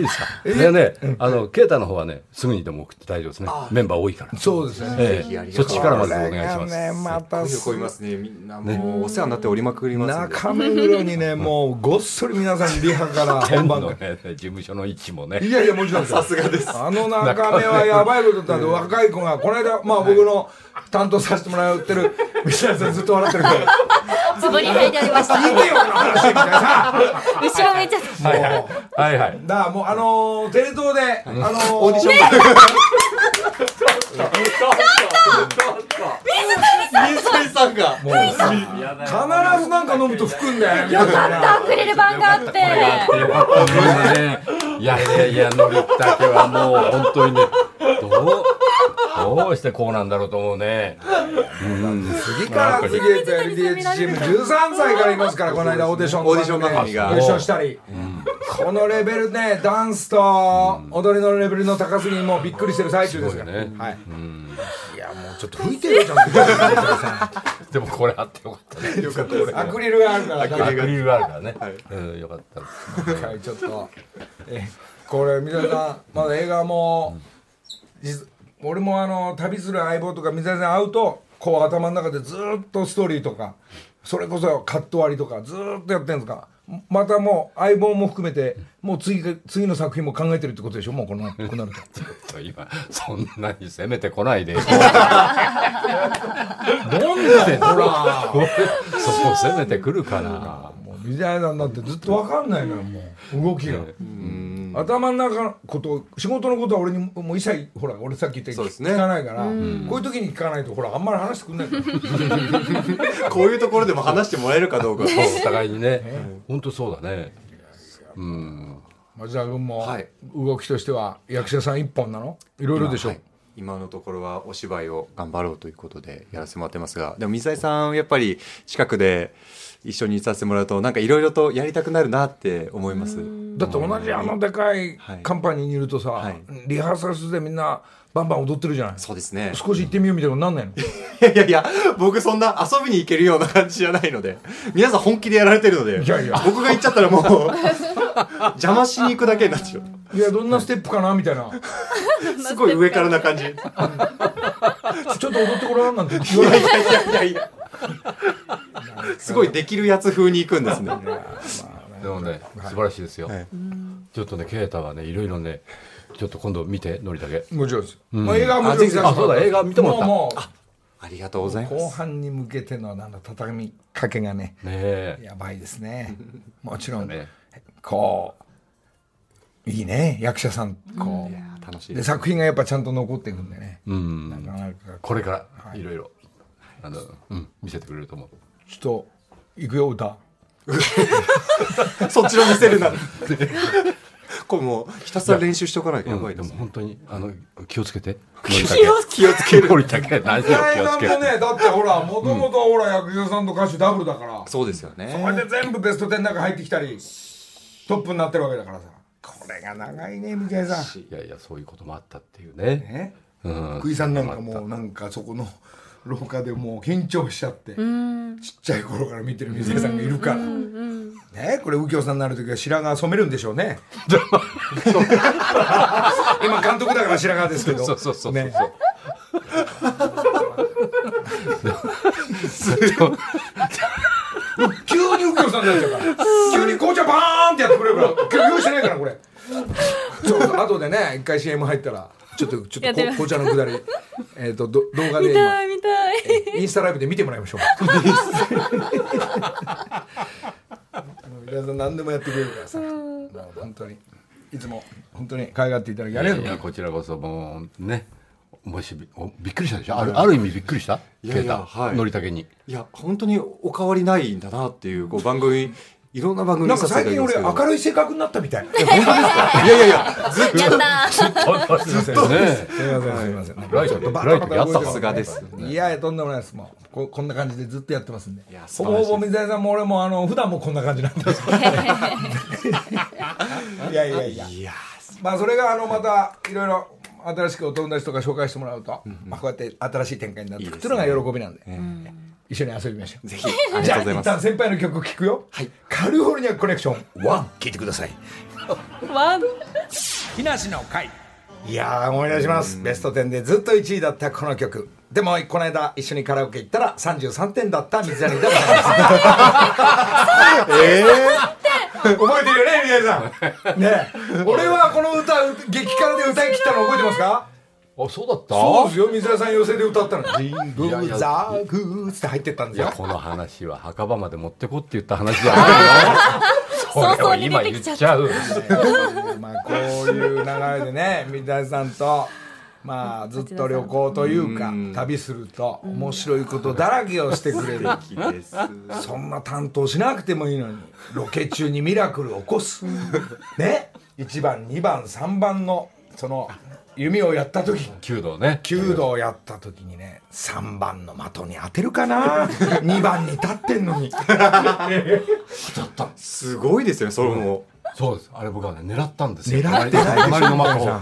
Speaker 5: ですか、でね、あの啓太の方はねすぐにでも送って大丈夫ですねメンバー多いから
Speaker 1: そうですね
Speaker 5: え
Speaker 4: ぜひあ
Speaker 5: え
Speaker 4: りが
Speaker 5: そ
Speaker 4: と
Speaker 5: っ
Speaker 4: うござ
Speaker 5: ち
Speaker 4: います
Speaker 5: からまでお願いします、
Speaker 1: ねまた
Speaker 4: よくいますねみんなもうお世話になっておりまくりますんで
Speaker 1: 中目黒にねもうごっそり皆さんリハから本
Speaker 5: 天
Speaker 1: 番
Speaker 5: の
Speaker 1: か
Speaker 5: ね事務所の位置も
Speaker 1: らい
Speaker 5: ね
Speaker 1: やいやもちろんさすがですあの中目はやばいことだったんで若い子がこの間まあ僕の担当させてもらって [laughs] る水谷さんずっと笑ってるけど
Speaker 2: つぼり入りありました
Speaker 1: 聞いてよこの話みたいなさ
Speaker 2: 後ろ向いちゃった
Speaker 5: はいはいはいはい
Speaker 1: だからもうあのーテレ東で、あのー、オーディション、
Speaker 4: さんがもう
Speaker 1: 必ずなんか飲むと含んだよよ
Speaker 2: あアクリル板があって
Speaker 5: よかったね。いやいやいや、のりたけはもう本当にね、どう、どうしてこうなんだろうと思うね。
Speaker 1: 次から次へと LDH チーム13歳からいますからこの間オーディションの
Speaker 4: オーディション番組が
Speaker 1: 優勝したり、このレベルねダンスと踊りのレベルの高すぎにもうびっくりしてる最中ですから
Speaker 5: すごいね
Speaker 1: はい、いやもうちょっと吹いてるじゃん
Speaker 5: でもこれあってよかったね。よかった。
Speaker 1: アクリルがあるから
Speaker 5: アクリルがあるからね。うん、よかったです。
Speaker 1: はい、ちょっと、えこれ、水谷さん、まだ映画も、実俺もあの旅する相棒とか、水谷さん会うと、こう頭の中でずーっとストーリーとか、それこそカット割りとか、ずーっとやってるんですか、またもう、相棒も含めて、もう次が次の作品も考えてるってことでしょ、もうこのこうなると。
Speaker 5: ちょっと今、そんなに攻めてこ [laughs] ないでよ。
Speaker 1: どんなほら、
Speaker 5: そこ攻めてくるかな。
Speaker 1: もう水谷さんだってずっと分かんないのよ、もう、動きが。頭の中のこと仕事のことは俺にももう一切ほら俺さっき言ったよ
Speaker 4: そう
Speaker 1: に
Speaker 4: ですね
Speaker 1: 聞かないから、こういう時に聞かないとほらあんまり話してくんないから
Speaker 4: こういうところでも話してもらえるかどうか
Speaker 5: そうお互いにね。本当そうだね。うん。
Speaker 1: 町田君も
Speaker 4: はい
Speaker 1: 動きとしては役者さん一本なのいろいろでしょ、
Speaker 4: はい今のところはお芝居を頑張ろうということでやらせてもらってますがでも水井さんやっぱり近くで一緒にいさせてもらうとなんかいろいろとやりたくなるなって思います
Speaker 1: だって同じあのでかい
Speaker 4: はい
Speaker 1: カンパニーにいるとさ、
Speaker 4: はい
Speaker 1: リハーサル室でみんなバンバン踊ってるじゃない
Speaker 4: そうですね [laughs]
Speaker 1: 少し行ってみようみたいなことなんないの
Speaker 4: いやいやいや僕そんな遊びに行けるような感じじゃないので皆さん本気でやられてるので
Speaker 1: いやいや
Speaker 4: 僕が行っちゃったらもう [laughs] 邪魔しに行くだけになっ
Speaker 1: [laughs]
Speaker 4: ちゃう
Speaker 1: いやどんなステップかなみたいな
Speaker 4: すごい上からな感じい
Speaker 1: ちょっと踊ってごらんなんて言わない
Speaker 4: やいやいや
Speaker 1: [laughs]
Speaker 4: いやすごいできるやつ風に行くんですね
Speaker 5: でもね、素晴らしいですよ。
Speaker 4: はい
Speaker 5: ちょっとね、啓太はね、いろいろね、ちょっと今度見て、のりたけ。
Speaker 1: もちろんです、まあ、映画はもちろん見せて
Speaker 5: あそうだ映画見てもらった
Speaker 1: もうもう
Speaker 4: ありがとうございま
Speaker 1: 後
Speaker 4: す
Speaker 1: 半に向けてのなんだ畳みかけがね
Speaker 5: ねえ。
Speaker 1: やばいです
Speaker 5: [laughs]
Speaker 1: ねもちろん
Speaker 5: ね
Speaker 1: こういいね役者さんこ
Speaker 4: いや楽し
Speaker 1: うで
Speaker 4: いです
Speaker 1: 作品がやっぱちゃんと残っていくんでね
Speaker 5: うん。
Speaker 1: なかなか
Speaker 5: これからいろいろ、あの、うん、見せてくれると思う。
Speaker 1: ちょっと行くよ歌
Speaker 4: そっちの見せるなら [laughs] これもうひたすら練習しておかないとやばい
Speaker 5: で
Speaker 4: で
Speaker 5: も
Speaker 4: すね
Speaker 5: 本当にあの気をつけて。
Speaker 4: 気をつける
Speaker 5: こりだけ何を気をつけ
Speaker 1: も
Speaker 5: て。
Speaker 1: ねだってほらもともとほら役者さんと歌手ダブルだから
Speaker 4: そうですよね
Speaker 1: これで全部ベスト10の中入ってきたりトップになってるわけだからさこれが長いね三谷さん
Speaker 5: いやいやそういうこともあったっていうね。
Speaker 1: ね
Speaker 5: うん。
Speaker 1: 福井さんなんかもうなんかそこの廊下でもう緊張しちゃってちっちゃい頃から見てる水江さんがいるからねこれ右京さんになる時は白髪染めるんでしょうね今監督だから白髪ですけど
Speaker 5: そうそうそうそう
Speaker 1: ね急に右京さんになっちゃうから急に紅茶バーンってやってくれるから今日用意してないからこれちょっと後でね一回 CM 入ったらちょっとちょ
Speaker 2: や
Speaker 1: っ
Speaker 2: っ
Speaker 1: と
Speaker 2: て
Speaker 1: こ
Speaker 2: みます
Speaker 1: 紅茶のくだりえっとど動画で
Speaker 2: 見た
Speaker 1: 今
Speaker 2: い見たい
Speaker 1: インスタライブで見てもらいましょう。皆さん何でもやってくれるからさ、もう本当にいつも本当に可愛がっていただきありがとうございます
Speaker 5: こちらこそもうねもしびおびっくりしたでしょあるある意味びっくりした
Speaker 4: いやいや
Speaker 5: 啓太
Speaker 4: はい
Speaker 5: のりたけに
Speaker 4: いや本当にお変わりないんだなっていうこう番組いろんな番組
Speaker 1: なんか最近俺明
Speaker 4: い
Speaker 1: るい性格になったみたい。
Speaker 4: いやいやいやずっ
Speaker 2: やった
Speaker 1: ずっと
Speaker 5: ね
Speaker 1: すいませんすいません。
Speaker 5: ライト
Speaker 1: ちょっとバ
Speaker 5: ラ
Speaker 1: タバ
Speaker 5: イト
Speaker 1: タ
Speaker 5: やった
Speaker 1: 動いて
Speaker 5: から
Speaker 1: ま
Speaker 4: さすがです
Speaker 1: いやいやとんでもないですもうここんな感じでずっとやってますんで
Speaker 4: や。素
Speaker 1: ほ
Speaker 4: 晴らしい
Speaker 1: ぼほぼ水谷さんも俺もあの普段もこんな感じなんです。いやいやいや。
Speaker 4: いや
Speaker 1: まあそれがあのまたいろいろ新しくお友達とか紹介してもらうと、まあこうやって新しい展開になっていくっていうのが喜びなんで。一緒に遊びましょう。
Speaker 4: ぜひあり
Speaker 1: じ
Speaker 4: が
Speaker 1: ゃ
Speaker 4: と
Speaker 1: あ
Speaker 4: うござ
Speaker 1: 一
Speaker 4: います
Speaker 1: 旦先輩の曲聞くよ。カルフォルニアコネクションワン聞いてください。
Speaker 2: ワン
Speaker 1: 木梨の会いやー思い出します、ベスト10でずっと1位だったこの曲でもこの間一緒にカラオケ行ったら33点だった水谷でございますええー、覚えてるよね水谷さんねえ俺はこの歌激辛で歌い切ったの覚えてますか
Speaker 5: あそうだった
Speaker 1: そうですよ水谷さん寄せで歌ったの「ジングザグー」って入ってったんで
Speaker 5: い
Speaker 1: す
Speaker 5: や
Speaker 1: よ
Speaker 5: この話は墓場まで持ってこって言った話じゃないよそれを今言っちゃう
Speaker 1: [laughs] まあこういう流れで [laughs] ね三谷さんとまあずっと旅行というか旅すると面白いことだらけをしてくれるそんな担当しなくてもいいのにロケ中にミラクルを起こすね1番2番3番のその弓をやった時
Speaker 5: 弓道ね
Speaker 1: 弓道をやった時にね3番の的に当てるかな2番に立ってん [laughs] のに [laughs]
Speaker 4: すごいですよねそれも
Speaker 5: そうですあれ僕はね狙ったんですよ
Speaker 1: 狙ってないでしょ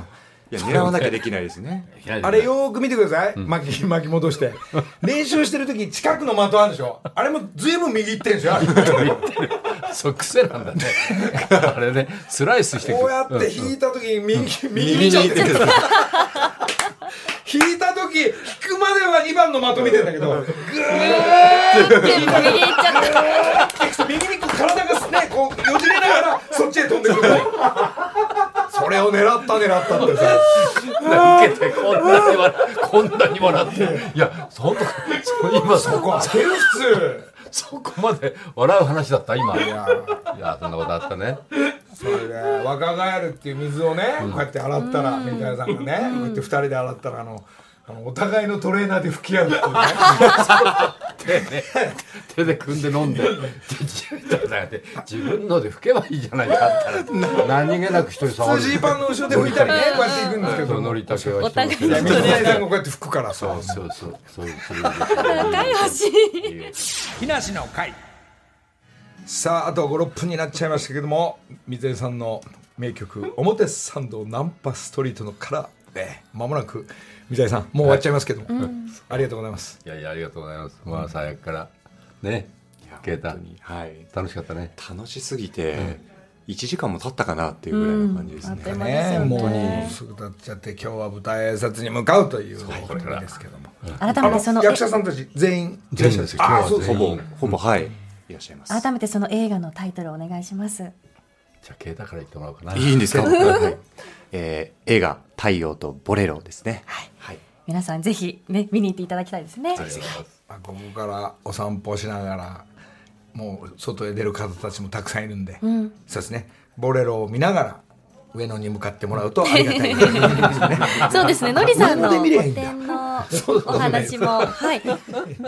Speaker 5: 隣
Speaker 1: 水
Speaker 5: の的
Speaker 1: 谷さん
Speaker 5: を
Speaker 4: いや狙わなきゃできないです
Speaker 1: [laughs]
Speaker 4: ね
Speaker 1: あれよーく見てください、巻き巻き戻して練習してる時近くの的あるでしょあれもずいぶん右行ってんでしょあれ
Speaker 5: そう癖なんだね [laughs] あれねスライスしてく
Speaker 1: こうやって
Speaker 5: うん
Speaker 1: 引いた時に右,、右見ちゃってる引いた時引くまでは2番の的見てんだけどグーッ
Speaker 2: 右行っちゃった
Speaker 1: ていくと右にこう体がねこうよじれながらそっちへ飛んでくるそれを狙った狙ったってさ
Speaker 5: 受けてこんなに笑こんなに笑っていやそんなそう今そ
Speaker 1: ここ
Speaker 5: こ
Speaker 1: 開ける普通
Speaker 5: そこまで笑う話だった今い
Speaker 1: や
Speaker 5: やそんなことあったね
Speaker 1: それで若返るっていう水をねこうやって洗ったら三谷さんがねこうやって二人で洗ったらあのあのお互いのトレーナーで拭き合うっていうね
Speaker 5: 手ね手で組んで飲んでで自分だって自分ので拭けばいいじゃないかあったら何気なく人に
Speaker 1: 普
Speaker 5: 触る
Speaker 1: 通ジーパンの後ろで拭いたりねこうやって行くんですけ
Speaker 5: そう
Speaker 1: ど
Speaker 5: のりたけは
Speaker 2: お互い
Speaker 5: 人の手
Speaker 1: 水谷さんがこうやって拭くからさ
Speaker 5: そうそうそうそう
Speaker 2: 仲良し
Speaker 1: さああと56分になっちゃいましたけども水谷さんの名曲「表参道ナンパストリート」のからねまもなく水谷さんもう終わっちゃいますけども、ありがとうございます
Speaker 5: いやいやありがとうございますまあ最悪からね啓太
Speaker 4: 本当にはい
Speaker 5: 楽しかったね
Speaker 4: 楽しすぎて1時間も経ったかなっていうぐらいの感じですね
Speaker 2: うん
Speaker 1: ねもうすぐ経っちゃって今日は舞台挨拶に向かうというこれですけども。
Speaker 2: 改
Speaker 1: あ
Speaker 2: めてその
Speaker 1: の役者さんたち全員いらっしゃるんです
Speaker 5: 全員ですよ今日は
Speaker 1: あそうそ
Speaker 4: ほ
Speaker 1: う
Speaker 4: ぼほぼはいいらっしゃいます
Speaker 2: 改めてその映画のタイトルお願いします
Speaker 5: じゃあ啓太から言ってもらおうかない
Speaker 4: いんですかはいえー映画「太陽とボレロ」ですねはい
Speaker 2: 皆さんぜひね見に行っていただきたいですね
Speaker 1: まあここからお散歩しながらもう外へ出る方たちもたくさんいるんで、そうですねボレロを見ながら上野に向かってもらう [laughs] とありがたい
Speaker 2: [laughs] そうですね、のりさんの
Speaker 1: 何で
Speaker 2: 個
Speaker 1: 見りゃいいんだ
Speaker 2: 展のお話も、はい、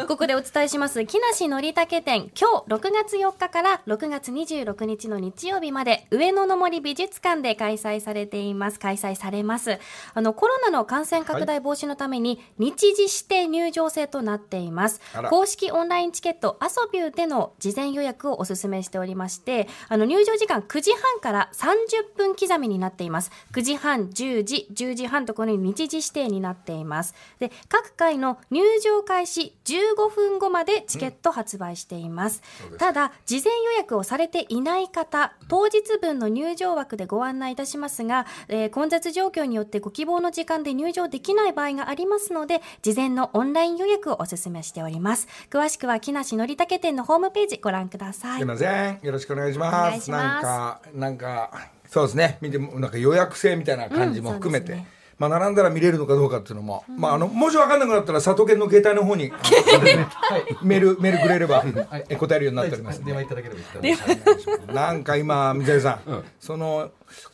Speaker 2: ここでお伝えします。木梨のりたけ展、今日6月4日から6月26日の日曜日まで、上野の森美術館で開催されています。開催されます。あの、コロナの感染拡大防止のために、日時指定入場制となっています
Speaker 1: あら。
Speaker 2: 公式オンラインチケット、アソビューでの事前予約をお勧めしておりまして、あの、入場時間9時半から30分刻みになっています。9時半、10時、10時半とこのように日時指定になっています。で、各回の入場開始15分後までチケット発売しています。ただ、事前予約をされていない方、当日分の入場枠でご案内いたしますが、えー混雑状況によってご希望の時間で入場できない場合がありますので、事前のオンライン予約をお勧めしております。詳しくは木梨のりたけ店のホームページご覧くださ
Speaker 1: す
Speaker 2: い
Speaker 1: い。ませんよろしくお願いし
Speaker 2: お
Speaker 1: ま
Speaker 2: 願い
Speaker 1: す
Speaker 2: します
Speaker 1: なんかなんかそうですね見てもなんか予約制みたいな感じも含めて、
Speaker 2: うんそうですね
Speaker 1: まあ、並んだら見れるのかどうかっていうのも、まあ、あのもし分かんなくなったら佐藤健の携帯の方に、 [laughs] はいメールメールくれれば、え答えるようになっております、
Speaker 7: 電話いただければいただ
Speaker 1: なんか今水谷さん、その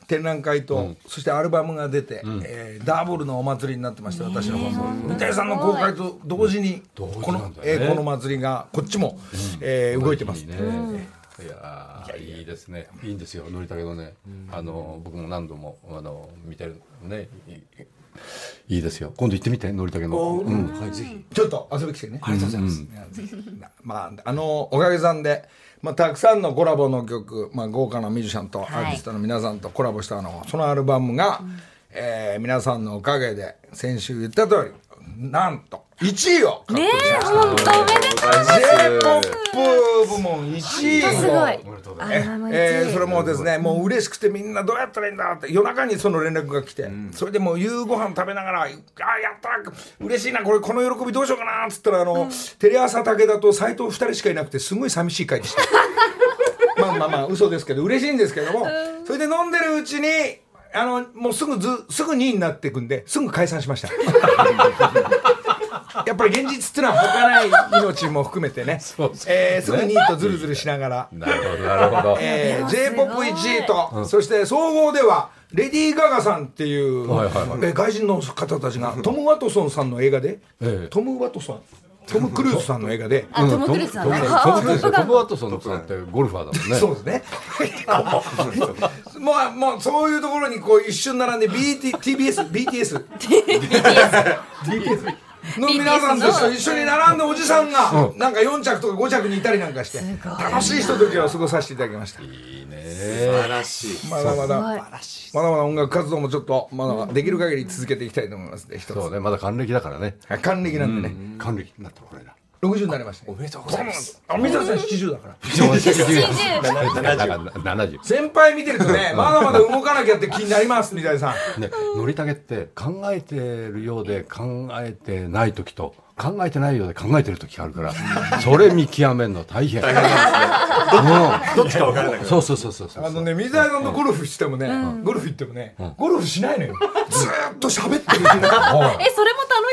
Speaker 1: 展覧会と、そしてアルバムが出て、えーダブルのお祭りになってまして私の方も、水谷さんの公開と同時に、この、えーこの祭りがこっちも、えー動いてます、
Speaker 5: ねいやーいいですねいいんですよのりたけどね、あの僕も何度もあの見てるねいいいいですよ今度行ってみてのりたけの、うん、はいぜひ
Speaker 1: ちょっと遊び来てね。ありがとうございます。ぜひなまあ、あの、おかげさんで、まあ、たくさんのコラボの曲、まあ、豪華なミュージシャンとアーティストの皆さんとコラボしたの、そのアルバムが、えー皆さんのおかげで、先週言った通り、なんと、1位を獲得
Speaker 2: ね
Speaker 1: しま
Speaker 2: え、
Speaker 1: した。
Speaker 2: 本当おめでとう
Speaker 1: J-POP 部門1位を
Speaker 2: すごい。あ
Speaker 1: え
Speaker 2: らもう一
Speaker 1: えー
Speaker 2: 位
Speaker 1: それもですね、もう嬉しくてみんなどうやったらいいんだって夜中にその連絡が来て、それでもう夕ご飯食べながら「あーやった嬉しいなこれこの喜びどうしようかな」っつったらあの、テレ朝武田と斎藤2人しかいなくてすごい寂しい会でした [laughs] まあまあまあ嘘ですけど嬉しいんですけども、それで飲んでるうちにあのもうすぐずすぐ2位になっていくんですぐ解散しました。やっぱり現実ってのは儚い命も含めてねえーすぐ2位とズルズルしながら
Speaker 5: なるほどなるほど
Speaker 1: えー、
Speaker 2: すごい
Speaker 1: J−POP1 位と、そして総合ではレディー・ガガさんっていう、
Speaker 5: はいはいはい
Speaker 1: えー外人の方たちがトム・ワトソンさんの映画で、
Speaker 5: ええ
Speaker 1: トム・ワトソントム・クルーズさんの映画
Speaker 5: [laughs]
Speaker 1: で。
Speaker 2: あ、トム・クルーズさんね。
Speaker 5: トム・クルーズ
Speaker 2: トム
Speaker 5: トム・ワトソンのさんってゴルファーだもんね
Speaker 1: そうですね。 [laughs] もう、もう、そういうところに、こう一瞬並んで、B. T. T. B. S. B. T. S.の [laughs] 皆さんたちと一緒に並んだおじさんが、なんか4着とか5着にいたりなんかして、楽しいひとときを過ごさせていただきました。
Speaker 4: 素晴らしい
Speaker 1: まだまだ、まだまだ音楽活動もちょっと、まだまだできる限り続けていきたいと思いますね、一つ。
Speaker 5: そうねまだ還暦だからね
Speaker 1: はい還暦なんでね、
Speaker 5: 還暦になったこれだ
Speaker 1: 60になりました、おめでとうございます。あ、水谷さん70だから。
Speaker 5: 70
Speaker 1: 先輩見てると [laughs] ね、まだまだ動かなきゃって気になります、水谷さん。
Speaker 5: ね、のりたけって考えてるようで考えてない時と考えてないようで考えてる時があるからそれ見極めるの大変
Speaker 4: どっちか分からない
Speaker 5: そうそうそうそうそう
Speaker 1: あのね、水谷さんとゴルフしてもね、ゴルフ行ってもね、ゴルフしないのよ。ずーっと喋ってる。
Speaker 2: え、それも楽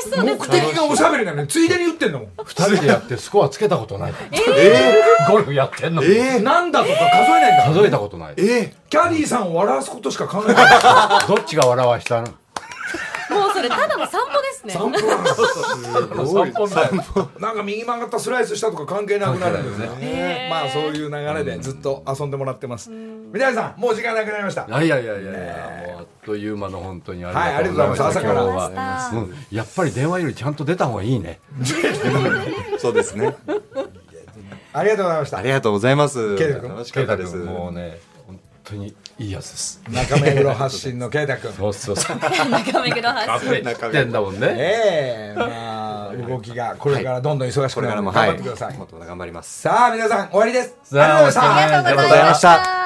Speaker 2: しそう
Speaker 1: 目
Speaker 2: ですね。
Speaker 1: 的がおしゃべりなのよ。ついでに打ってんだもん。
Speaker 5: 二人でやってスコアつけたことないえー、ゴルフやってんの、
Speaker 1: えー、なんだとか数えないんだ。
Speaker 5: 数えたことない
Speaker 1: えキャディーさんを笑わすことしか考えない。
Speaker 5: どっちが笑わしたの
Speaker 2: もうそれただの散歩ですね。
Speaker 5: 3本だよ
Speaker 1: なんか右曲がったスライスしたとか関係なくなるんですね。まあそういう流れでずっと遊んでもらってます。皆さん、もう時間なくなりました。
Speaker 5: いやいやいやいや、もうあっという間の本当にあ
Speaker 1: はいありがとうご
Speaker 2: ざい [laughs] ました
Speaker 5: 今日はうんやっぱり電話よりちゃんと出た方がいいね
Speaker 4: そうですね
Speaker 1: ありがとうございました
Speaker 4: あ。りがとうございます
Speaker 1: ケイタ君
Speaker 4: 楽しかったです
Speaker 5: 圭太君もうね本当にいいやつです
Speaker 1: 中目黒発信の圭太君。
Speaker 5: そうそうそう
Speaker 2: 中目黒 [laughs] 発信。
Speaker 5: 知ってんだもんね
Speaker 1: ええまあ、動きがこれからどんどん忙し
Speaker 4: こ
Speaker 1: く
Speaker 4: れ
Speaker 1: な
Speaker 4: から
Speaker 1: る
Speaker 4: も
Speaker 1: ので
Speaker 4: は
Speaker 1: 頑張
Speaker 4: い
Speaker 1: ってください。
Speaker 4: もっと頑張ります
Speaker 1: さあ皆さん終わりです。
Speaker 5: さあ
Speaker 1: ありがとうご
Speaker 2: ありがとう
Speaker 1: ざいました。
Speaker 2: ございました。